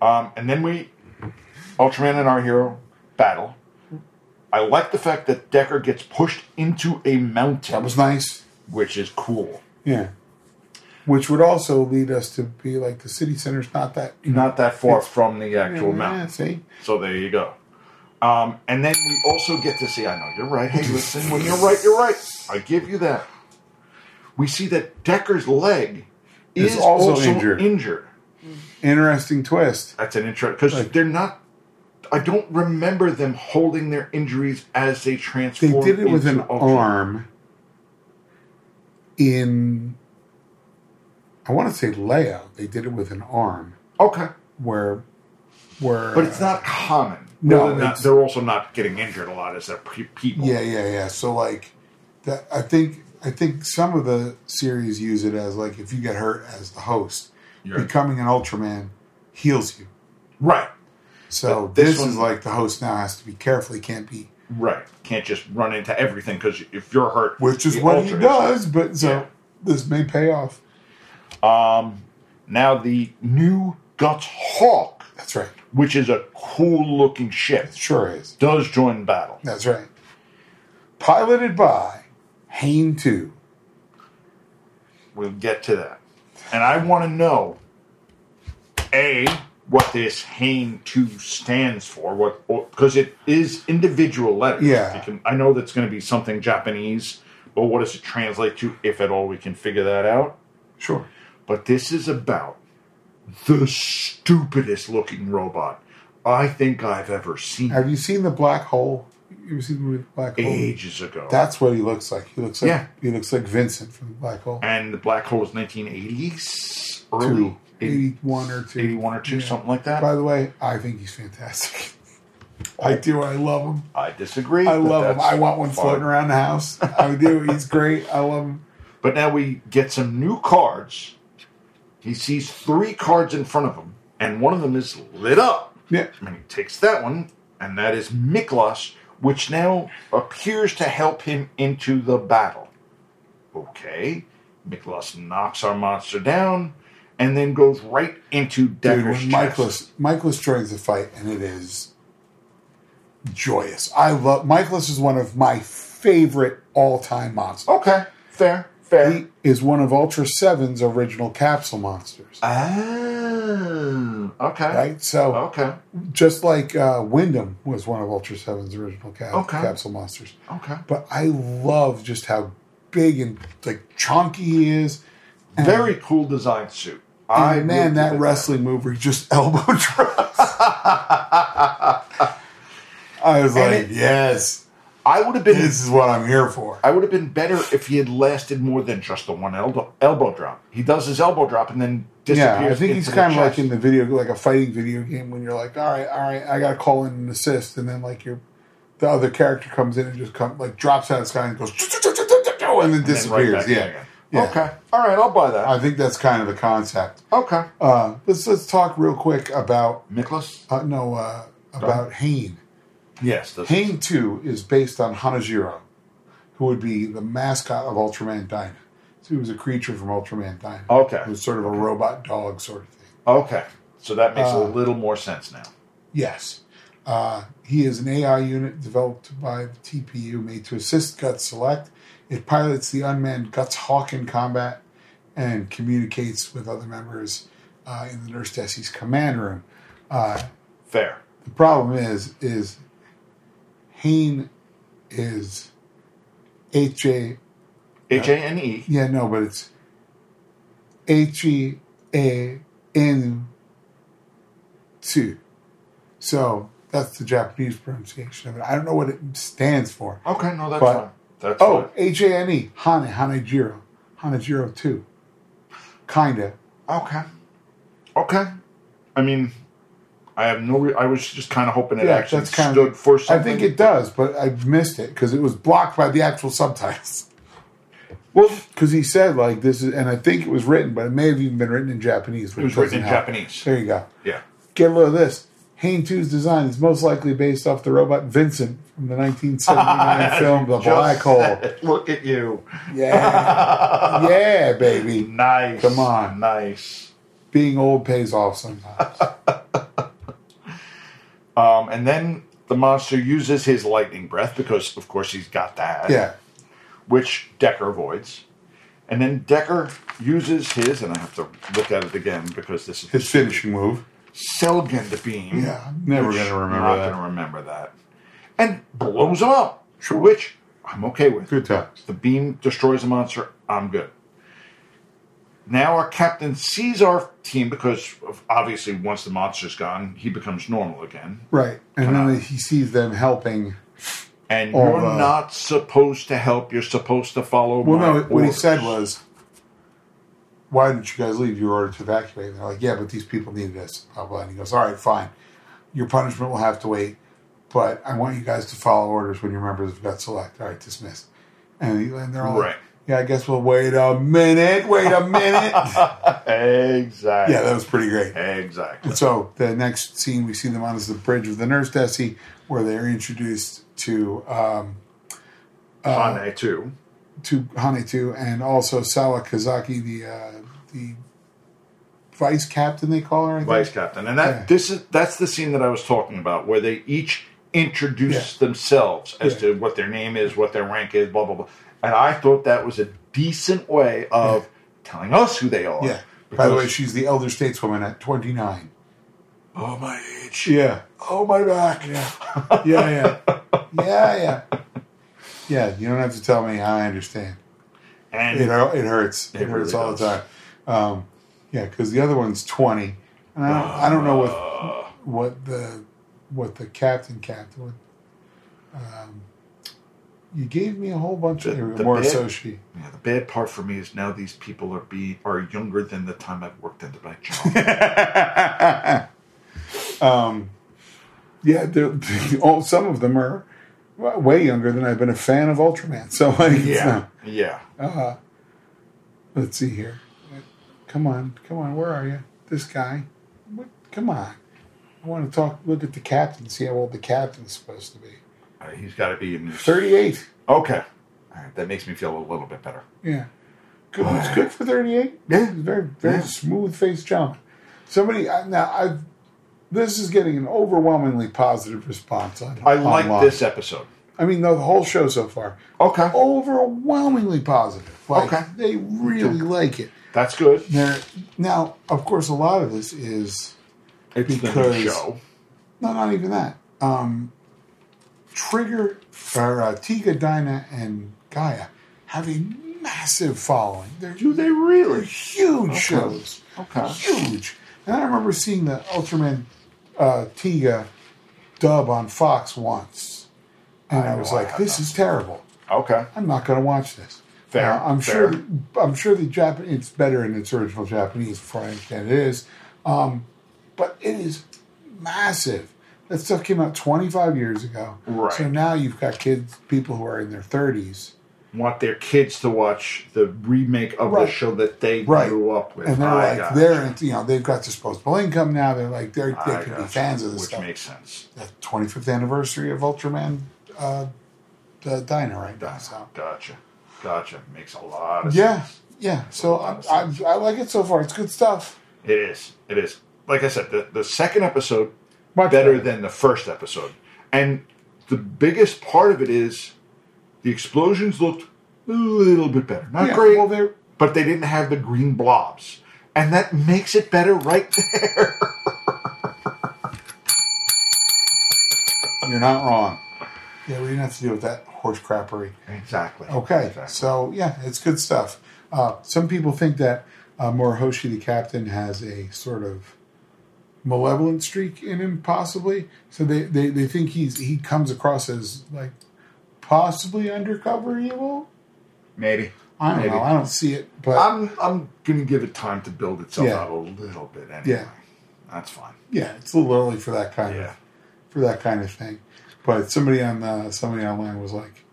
[SPEAKER 3] Um, and then we Ultraman and our hero battle. I like the fact that Decker gets pushed into a
[SPEAKER 2] that
[SPEAKER 3] mountain,
[SPEAKER 2] was nice.
[SPEAKER 3] which is cool.
[SPEAKER 2] Yeah, which would also lead us to be like the city center's not that
[SPEAKER 3] Not that far from the actual
[SPEAKER 2] Yeah,
[SPEAKER 3] mountain.
[SPEAKER 2] see.
[SPEAKER 3] So there you go. Um, and then we also get to see. I know you're right. Hey, listen, when you're right, you're right. I give you that. We see that Decker's leg
[SPEAKER 2] Is
[SPEAKER 3] is,
[SPEAKER 2] also
[SPEAKER 3] also,
[SPEAKER 2] injured.
[SPEAKER 3] injured.
[SPEAKER 2] interesting twist.
[SPEAKER 3] That's an intro because
[SPEAKER 2] Like-
[SPEAKER 3] they're not. I don't remember them holding their injuries as they
[SPEAKER 2] They
[SPEAKER 3] transform.
[SPEAKER 2] did it with an
[SPEAKER 3] into Ultra-
[SPEAKER 2] arm in I want to say Leia. They did it with an arm
[SPEAKER 3] Okay,
[SPEAKER 2] where where
[SPEAKER 3] but it's not common.
[SPEAKER 2] No,
[SPEAKER 3] No,
[SPEAKER 2] it's-
[SPEAKER 3] they're also not getting injured a lot as they're pe- people.
[SPEAKER 2] Yeah, yeah, yeah. So like that I think I think some of the series use it as like if you get hurt as the host,
[SPEAKER 3] You're right.
[SPEAKER 2] becoming an Ultraman heals you.
[SPEAKER 3] Right.
[SPEAKER 2] So
[SPEAKER 3] But this
[SPEAKER 2] this,
[SPEAKER 3] one-
[SPEAKER 2] is like the host now has to be careful. He can't be,
[SPEAKER 3] Right. Can't just run into everything because if you're hurt,
[SPEAKER 2] which is
[SPEAKER 3] the
[SPEAKER 2] what
[SPEAKER 3] Ultra
[SPEAKER 2] he
[SPEAKER 3] is-
[SPEAKER 2] does. But so
[SPEAKER 3] Yeah.
[SPEAKER 2] this may pay off.
[SPEAKER 3] Now the new Guts Hawk,
[SPEAKER 2] That's right.
[SPEAKER 3] which is a cool looking ship,
[SPEAKER 2] Sure is.
[SPEAKER 3] does join battle.
[SPEAKER 2] That's right. Piloted by Hane Two.
[SPEAKER 3] We'll get to that. And I want to know A, what this Hain 2 stands for, what because it is individual letters.
[SPEAKER 2] Yeah.
[SPEAKER 3] It can- I know that's going to be something Japanese, but what does it translate to, if at all we can figure that out?
[SPEAKER 2] Sure.
[SPEAKER 3] But this is about the stupidest looking robot I think I've ever seen
[SPEAKER 2] Have you seen the Black Hole? You ever seen the movie The Black Hole?
[SPEAKER 3] ages ago.
[SPEAKER 2] That's what he looks like. He looks like
[SPEAKER 3] Yeah.
[SPEAKER 2] he looks like Vincent from the Black Hole.
[SPEAKER 3] and the black hole was 1980s,
[SPEAKER 2] Two.
[SPEAKER 3] early 80,
[SPEAKER 2] 81 or two.
[SPEAKER 3] 81 or 2,
[SPEAKER 2] Yeah.
[SPEAKER 3] something like that.
[SPEAKER 2] By the way, I think he's fantastic. I do. I love him.
[SPEAKER 3] I disagree.
[SPEAKER 2] I
[SPEAKER 3] but
[SPEAKER 2] love him.
[SPEAKER 3] that's
[SPEAKER 2] I want one
[SPEAKER 3] fine.
[SPEAKER 2] floating around the house. I do. He's great. I love him.
[SPEAKER 3] But now we get some new cards. He sees three cards in front of him, and one of them is lit up.
[SPEAKER 2] Yeah.
[SPEAKER 3] And he takes that one, and that is Miklos, which now appears to help him into the battle. Okay. Miklos knocks our monster down and then goes right into
[SPEAKER 2] Dude,
[SPEAKER 3] Decker's
[SPEAKER 2] when
[SPEAKER 3] chest.
[SPEAKER 2] Michaelis Michaelis joins the fight, and it is joyous. I love Michaelis is one of my favorite all time monsters.
[SPEAKER 3] Okay, fair, fair.
[SPEAKER 2] He is one of Ultra Seven's original capsule monsters.
[SPEAKER 3] Uh, Oh, okay.
[SPEAKER 2] Right? So
[SPEAKER 3] Okay.
[SPEAKER 2] just like uh, Wyndham was one of Ultra Seven's original cap-
[SPEAKER 3] Okay.
[SPEAKER 2] capsule monsters.
[SPEAKER 3] Okay.
[SPEAKER 2] But I love just how big and like chunky he is. And,
[SPEAKER 3] Very cool design suit.
[SPEAKER 2] and
[SPEAKER 3] I will
[SPEAKER 2] man,
[SPEAKER 3] give it
[SPEAKER 2] that wrestling move where he just elbow drops. I was
[SPEAKER 3] And
[SPEAKER 2] like,
[SPEAKER 3] it-
[SPEAKER 2] yes,
[SPEAKER 3] I would have been.
[SPEAKER 2] this is what I'm here for.
[SPEAKER 3] I would have been better if he had lasted more than just the one elbow, elbow drop. He does his elbow drop and then disappears.
[SPEAKER 2] Yeah, I think he's
[SPEAKER 3] into
[SPEAKER 2] kind of
[SPEAKER 3] the
[SPEAKER 2] like
[SPEAKER 3] chest.
[SPEAKER 2] in the video, like a fighting video game, when you're like, all right, all right, I got to call in an assist, and then like your the other character comes in and just come like drops out of the sky and goes and then
[SPEAKER 3] And then right
[SPEAKER 2] disappears.
[SPEAKER 3] back in
[SPEAKER 2] yeah.
[SPEAKER 3] again.
[SPEAKER 2] Yeah.
[SPEAKER 3] Okay. All right. I'll buy that.
[SPEAKER 2] I think that's kind of the concept.
[SPEAKER 3] okay.
[SPEAKER 2] Uh, let's let's talk real quick about
[SPEAKER 3] Miklas.
[SPEAKER 2] uh, no uh, about Hain.
[SPEAKER 3] Yes. This
[SPEAKER 2] Hain Two is based on Hanajiro, who would be the mascot of Ultraman Dyna. So he was a creature from Ultraman Dyna.
[SPEAKER 3] Okay.
[SPEAKER 2] It was sort of a robot dog sort of thing.
[SPEAKER 3] Okay. So that makes
[SPEAKER 2] Uh,
[SPEAKER 3] a little more sense now.
[SPEAKER 2] Yes. Uh, he is an AI unit developed by the TPU made to assist Guts Select. It pilots the unmanned Guts Hawk in combat and communicates with other members uh, in the Nurse Desi's command room.
[SPEAKER 3] Fair.
[SPEAKER 2] The problem is, is Hane is H A
[SPEAKER 3] H A N E.
[SPEAKER 2] yeah no, but it's H E A N two. So that's the Japanese pronunciation of it. I don't know what it stands for.
[SPEAKER 3] Okay. No, that's
[SPEAKER 2] But-
[SPEAKER 3] fine. That's
[SPEAKER 2] Oh,
[SPEAKER 3] fine.
[SPEAKER 2] H A N E Hane Hanejiro Hanejiro two. Kinda.
[SPEAKER 3] Okay. Okay. I mean, I have no. Re- I was just kind of hoping it
[SPEAKER 2] Yeah,
[SPEAKER 3] actually
[SPEAKER 2] that's kind
[SPEAKER 3] stood
[SPEAKER 2] of.
[SPEAKER 3] for something.
[SPEAKER 2] I think it does, but I missed it because it was blocked by the actual subtitles.
[SPEAKER 3] Well,
[SPEAKER 2] Because he said like this is, and I think it was written, but it may have even been written in Japanese. Which
[SPEAKER 3] It was written in
[SPEAKER 2] doesn't help.
[SPEAKER 3] Japanese.
[SPEAKER 2] There you go.
[SPEAKER 3] Yeah.
[SPEAKER 2] Get a load of this. Hain 2's design is most likely based off the robot Vincent from the 1979 film The Black Hole.
[SPEAKER 3] Look at you.
[SPEAKER 2] Yeah. yeah, baby.
[SPEAKER 3] Nice.
[SPEAKER 2] Come on.
[SPEAKER 3] Nice.
[SPEAKER 2] Being old pays off sometimes.
[SPEAKER 3] Um, and then the monster uses his lightning breath because, of course, he's got that.
[SPEAKER 2] Yeah.
[SPEAKER 3] Which Decker avoids. And then Decker uses his, and I have to look at it again because this is
[SPEAKER 2] His finishing move.
[SPEAKER 3] Selgend beam.
[SPEAKER 2] Yeah. I'm Never
[SPEAKER 3] Which
[SPEAKER 2] going to
[SPEAKER 3] not
[SPEAKER 2] remember that.
[SPEAKER 3] gonna remember that. And blows him up. Which I'm okay with.
[SPEAKER 2] Good times.
[SPEAKER 3] The beam destroys the monster. I'm good. Now our captain sees our team because of- obviously once the monster's gone, he becomes normal again.
[SPEAKER 2] Right. And then he sees them helping.
[SPEAKER 3] And
[SPEAKER 2] Or,
[SPEAKER 3] you're
[SPEAKER 2] uh,
[SPEAKER 3] not supposed to help. You're supposed to follow.
[SPEAKER 2] Well,
[SPEAKER 3] my
[SPEAKER 2] no, what he
[SPEAKER 3] orders.
[SPEAKER 2] said was, why didn't you guys leave? You were ordered to evacuate. And they're like, yeah, but these people need this. Blah, blah. And he goes, all right, fine. Your punishment will have to wait, but I want you guys to follow orders when your members have got select. All right, dismissed. And, he, and they're all like,
[SPEAKER 3] Right.
[SPEAKER 2] Yeah, I guess we'll wait a minute. Wait a minute.
[SPEAKER 3] Exactly.
[SPEAKER 2] yeah, that was pretty great.
[SPEAKER 3] Exactly.
[SPEAKER 2] And so the next scene we see them on is the bridge of the nurse Desi, where they're introduced to um,
[SPEAKER 3] On
[SPEAKER 2] Uh,
[SPEAKER 3] that too.
[SPEAKER 2] to Hane too, and also Sawa Kazaki, the uh, the vice captain they call her. I think.
[SPEAKER 3] Vice captain, and that
[SPEAKER 2] Yeah.
[SPEAKER 3] this is that's the scene that I was talking about, where they each introduce themselves as
[SPEAKER 2] Yeah.
[SPEAKER 3] to what their name is, what their rank is, blah blah blah. And I thought that was a decent way of telling us who they are.
[SPEAKER 2] Yeah. By the way,
[SPEAKER 3] Because-
[SPEAKER 2] she's the elder stateswoman at 29.
[SPEAKER 3] oh my age.
[SPEAKER 2] Yeah. Oh my back. Yeah. Yeah. Yeah. yeah. Yeah. Yeah. You don't have to tell me. I understand.
[SPEAKER 3] And
[SPEAKER 2] It it hurts. It,
[SPEAKER 3] It
[SPEAKER 2] hurts
[SPEAKER 3] really
[SPEAKER 2] all the
[SPEAKER 3] does.
[SPEAKER 2] time. Um, yeah, because the other one's 20, and I don't, I don't know what
[SPEAKER 3] uh,
[SPEAKER 2] what the what the captain captain. What, um, you gave me a whole bunch of
[SPEAKER 3] The- the
[SPEAKER 2] more
[SPEAKER 3] bit?
[SPEAKER 2] associate.
[SPEAKER 3] yeah, the bad part for me is now these people are being are younger than the time I've worked into my job.
[SPEAKER 2] Yeah, they're, all, some of them are wa- way younger than I've been a fan of Ultraman. So like, it's
[SPEAKER 3] yeah,
[SPEAKER 2] not-
[SPEAKER 3] yeah.
[SPEAKER 2] Uh-huh. let's see here. Come on, come on. Where are you? This guy. What, come on. I want to talk. Look at the captain. See how old the captain's supposed to be.
[SPEAKER 3] Uh, he's got to be in his
[SPEAKER 2] Thirty-eight.
[SPEAKER 3] Okay. All right, that makes me feel a little bit better.
[SPEAKER 2] Yeah. Good. It's good for 38.
[SPEAKER 3] Yeah.
[SPEAKER 2] It's Very, very
[SPEAKER 3] Yeah.
[SPEAKER 2] smooth face jump. Somebody, I- now I've, this is getting an overwhelmingly positive response on
[SPEAKER 3] I like
[SPEAKER 2] online.
[SPEAKER 3] this episode.
[SPEAKER 2] I mean, the whole show so far.
[SPEAKER 3] Okay.
[SPEAKER 2] Overwhelmingly positive. Like,
[SPEAKER 3] Okay.
[SPEAKER 2] They really like it.
[SPEAKER 3] That's good.
[SPEAKER 2] They're, now, of course, a lot of this is,
[SPEAKER 3] It's the
[SPEAKER 2] Because-
[SPEAKER 3] new show.
[SPEAKER 2] no, not even that. Um, Trigger, or uh, Tika, Dinah, and Gaia have a massive following. They're
[SPEAKER 3] Do they really?
[SPEAKER 2] huge shows.
[SPEAKER 3] Okay.
[SPEAKER 2] Huge. And I remember seeing the Ultraman uh, Tiga dub on Fox once. And I,
[SPEAKER 3] know
[SPEAKER 2] was
[SPEAKER 3] I
[SPEAKER 2] like,
[SPEAKER 3] have
[SPEAKER 2] this
[SPEAKER 3] not
[SPEAKER 2] is terrible.
[SPEAKER 3] Okay.
[SPEAKER 2] I'm not going to watch this.
[SPEAKER 3] Fair,
[SPEAKER 2] Now, I'm
[SPEAKER 3] fair.
[SPEAKER 2] sure I'm sure the Japan it's better in its original Japanese before I understand it is. Um, but it is massive. That stuff came out 25 years ago.
[SPEAKER 3] Right.
[SPEAKER 2] So now you've got kids, people who are in their 30s.
[SPEAKER 3] Want their kids to watch the remake of
[SPEAKER 2] Right.
[SPEAKER 3] the show that they
[SPEAKER 2] Right.
[SPEAKER 3] grew up with.
[SPEAKER 2] and they're
[SPEAKER 3] I
[SPEAKER 2] like
[SPEAKER 3] got
[SPEAKER 2] they're
[SPEAKER 3] you.
[SPEAKER 2] into, you know they've got disposable income now. They're like they're,
[SPEAKER 3] I
[SPEAKER 2] they could
[SPEAKER 3] got
[SPEAKER 2] be
[SPEAKER 3] you,
[SPEAKER 2] fans of this
[SPEAKER 3] Which
[SPEAKER 2] stuff.
[SPEAKER 3] makes sense.
[SPEAKER 2] the 25th anniversary of Ultraman, uh, the diner right now. So
[SPEAKER 3] Gotcha. Gotcha. Makes a lot of
[SPEAKER 2] yeah,
[SPEAKER 3] sense.
[SPEAKER 2] yeah. So I, I I like it so far. It's good stuff.
[SPEAKER 3] It is. It is. Like I said, the, the second episode
[SPEAKER 2] Much
[SPEAKER 3] better
[SPEAKER 2] better.
[SPEAKER 3] than the first episode. And the biggest part of it is the explosions looked a little bit better. Not
[SPEAKER 2] Yeah,
[SPEAKER 3] great,
[SPEAKER 2] well, they're-
[SPEAKER 3] but they didn't have the green blobs. And that makes it better right there.
[SPEAKER 2] You're not wrong. Yeah, we didn't have to deal with that horse crappery.
[SPEAKER 3] exactly.
[SPEAKER 2] Okay,
[SPEAKER 3] Exactly.
[SPEAKER 2] so yeah, it's good stuff. Uh, some people think that uh, Morohoshi, the captain, has a sort of malevolent streak in him, possibly. So they, they, they think he's he comes across as like possibly undercover evil.
[SPEAKER 3] Maybe.
[SPEAKER 2] I don't
[SPEAKER 3] Maybe.
[SPEAKER 2] know. I don't see it, but
[SPEAKER 3] I'm I'm gonna give it time to build itself
[SPEAKER 2] Yeah.
[SPEAKER 3] out a little bit anyway.
[SPEAKER 2] Yeah.
[SPEAKER 3] That's fine.
[SPEAKER 2] yeah, it's a little early for that kind
[SPEAKER 3] Yeah.
[SPEAKER 2] of for that kind of thing. But somebody on uh, somebody online was like,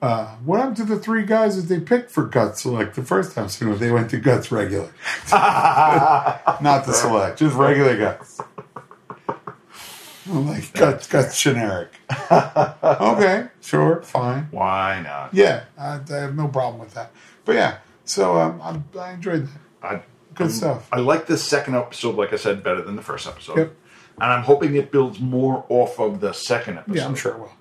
[SPEAKER 2] uh, "What happened to the three guys that they picked for guts select the first time? So they went to guts regular, not the select, just regular guts." I'm like, "Guts, guts, generic." okay, sure, fine.
[SPEAKER 3] Why not?
[SPEAKER 2] Yeah, I, I have no problem with that. But yeah, so um, I, I enjoyed that.
[SPEAKER 3] I
[SPEAKER 2] Good
[SPEAKER 3] I'm-
[SPEAKER 2] stuff.
[SPEAKER 3] I like this second episode, like I said, better than the first episode.
[SPEAKER 2] Yep.
[SPEAKER 3] And I'm hoping it builds more off of the second episode.
[SPEAKER 2] Yeah, I'm sure it will.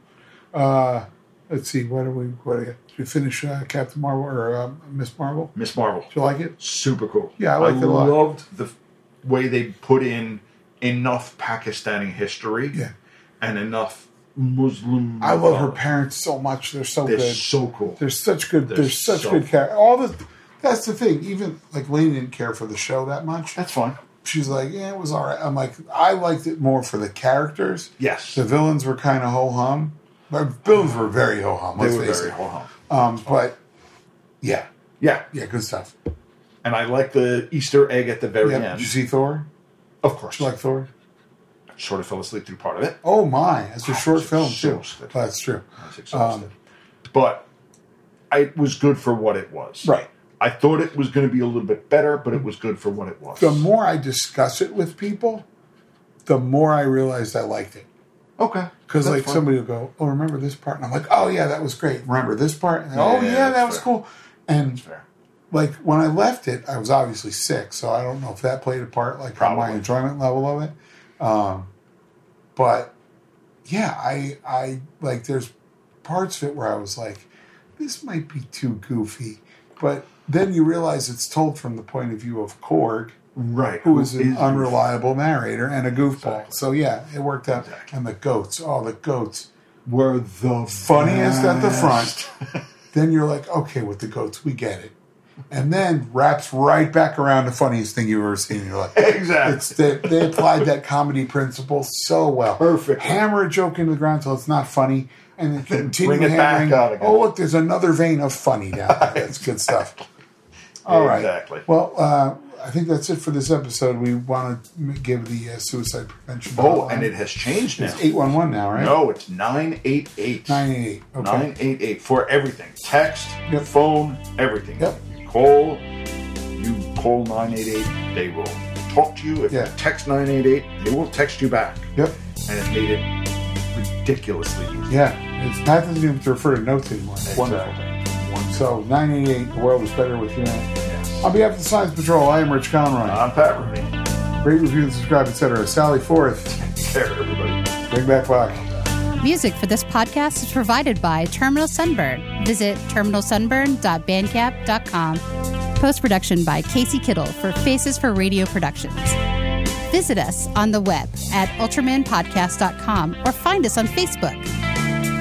[SPEAKER 2] Uh, let's see. What do we? What do we finish? Uh, Captain Marvel or uh, Miss Marvel?
[SPEAKER 3] Miss Marvel,
[SPEAKER 2] Do you like it?
[SPEAKER 3] super cool.
[SPEAKER 2] Yeah, I liked it a lot.
[SPEAKER 3] loved the f- way they put in enough Pakistani history
[SPEAKER 2] Yeah.
[SPEAKER 3] and enough Muslim.
[SPEAKER 2] I love her
[SPEAKER 3] mythology.
[SPEAKER 2] parents so much. They're so
[SPEAKER 3] Oh. They're
[SPEAKER 2] good.
[SPEAKER 3] so cool.
[SPEAKER 2] they're such good. They're,
[SPEAKER 3] they're
[SPEAKER 2] such
[SPEAKER 3] so-
[SPEAKER 2] good characters. All the. That's the thing. Even like Lane didn't care for the show that much.
[SPEAKER 3] That's fine.
[SPEAKER 2] She's like, yeah, it was all right. I'm like, I liked it more for the characters.
[SPEAKER 3] Yes,
[SPEAKER 2] The villains were kind of ho hum. The villains were very ho hum.
[SPEAKER 3] they
[SPEAKER 2] Let's
[SPEAKER 3] were
[SPEAKER 2] face
[SPEAKER 3] very
[SPEAKER 2] it.
[SPEAKER 3] ho hum.
[SPEAKER 2] Um, but yeah,
[SPEAKER 3] Yeah,
[SPEAKER 2] yeah, good stuff.
[SPEAKER 3] and I like the Easter egg at the very
[SPEAKER 2] Yeah,
[SPEAKER 3] end.
[SPEAKER 2] did you see Thor?
[SPEAKER 3] of course,
[SPEAKER 2] Did you like Thor?
[SPEAKER 3] sort of fell asleep through part of it.
[SPEAKER 2] Oh my, it's a short
[SPEAKER 3] it's
[SPEAKER 2] film too.
[SPEAKER 3] exhausted.
[SPEAKER 2] Um, That's true.
[SPEAKER 3] I was exhausted. but I, it was good for what it was.
[SPEAKER 2] Right.
[SPEAKER 3] I thought it was going to be a little bit better, but it was good for what it was.
[SPEAKER 2] The more I discuss it with people, the more I realized I liked it.
[SPEAKER 3] okay.
[SPEAKER 2] Because
[SPEAKER 3] That's
[SPEAKER 2] like
[SPEAKER 3] fine.
[SPEAKER 2] somebody will go, "Oh, remember this part?" and I'm like, "Oh yeah, that was great. Remember this part?" And they're, "Oh
[SPEAKER 3] Yeah,
[SPEAKER 2] yeah, that
[SPEAKER 3] that's
[SPEAKER 2] was
[SPEAKER 3] fair.
[SPEAKER 2] cool." And
[SPEAKER 3] That's fair.
[SPEAKER 2] like when I left it, I was obviously sick, so I don't know if that played a part, like on my
[SPEAKER 3] Probably.
[SPEAKER 2] enjoyment level of it. Um, but yeah, I I like there's parts of it where I was like, this might be too goofy, but then you realize it's told from the point of view of Korg,
[SPEAKER 3] Right.
[SPEAKER 2] who is an
[SPEAKER 3] is-
[SPEAKER 2] unreliable narrator and a goofball.
[SPEAKER 3] Exactly.
[SPEAKER 2] So yeah, it worked out. And the goats, oh the goats,
[SPEAKER 3] were the
[SPEAKER 2] funniest at the front.
[SPEAKER 3] best.
[SPEAKER 2] then you're like, okay, with the goats, we get it. And then wraps right back around the funniest thing you've ever seen. You're like,
[SPEAKER 3] exactly.
[SPEAKER 2] it's they, they applied that comedy principle so well.
[SPEAKER 3] Perfect.
[SPEAKER 2] Hammer a joke into the ground till it's not funny, and then continue
[SPEAKER 3] bring it back
[SPEAKER 2] hammering.
[SPEAKER 3] out again.
[SPEAKER 2] Oh, look, there's another vein of funny down there. That's good stuff. All right.
[SPEAKER 3] Exactly.
[SPEAKER 2] Well, uh, I think that's it for this episode. We want to give the uh, suicide prevention.
[SPEAKER 3] oh,
[SPEAKER 2] hotline.
[SPEAKER 3] and it has changed now.
[SPEAKER 2] it's eight one one now, right?
[SPEAKER 3] No, it's 988.
[SPEAKER 2] nine eight eight. Okay.
[SPEAKER 3] 988 for everything text,
[SPEAKER 2] Yep.
[SPEAKER 3] phone, everything.
[SPEAKER 2] Yep.
[SPEAKER 3] You call, you call 988, they will talk to you. If
[SPEAKER 2] Yeah.
[SPEAKER 3] you text 988, they will text you back.
[SPEAKER 2] Yep.
[SPEAKER 3] And it made it ridiculously easy.
[SPEAKER 2] Yeah, it's Pat doesn't even have to refer to notes anymore.
[SPEAKER 3] It's
[SPEAKER 2] It's
[SPEAKER 3] a
[SPEAKER 2] wonderful.
[SPEAKER 3] wonderful.
[SPEAKER 2] So 988, the world is better with you. now.
[SPEAKER 3] Yes.
[SPEAKER 2] On behalf of the Science Patrol, I am Rich Conroy.
[SPEAKER 3] I'm Pat Rooney.
[SPEAKER 2] Rate, review, and subscribe, etc. Sally Forth,
[SPEAKER 3] Take care, everybody.
[SPEAKER 2] bring back Black.
[SPEAKER 1] Music for this podcast is provided by Terminal Sunburn. Visit terminalsunburn.bandcamp.com. Post production by Casey Kittle for Faces for Radio Productions. Visit us on the web at ultramanpodcast.com or find us on Facebook.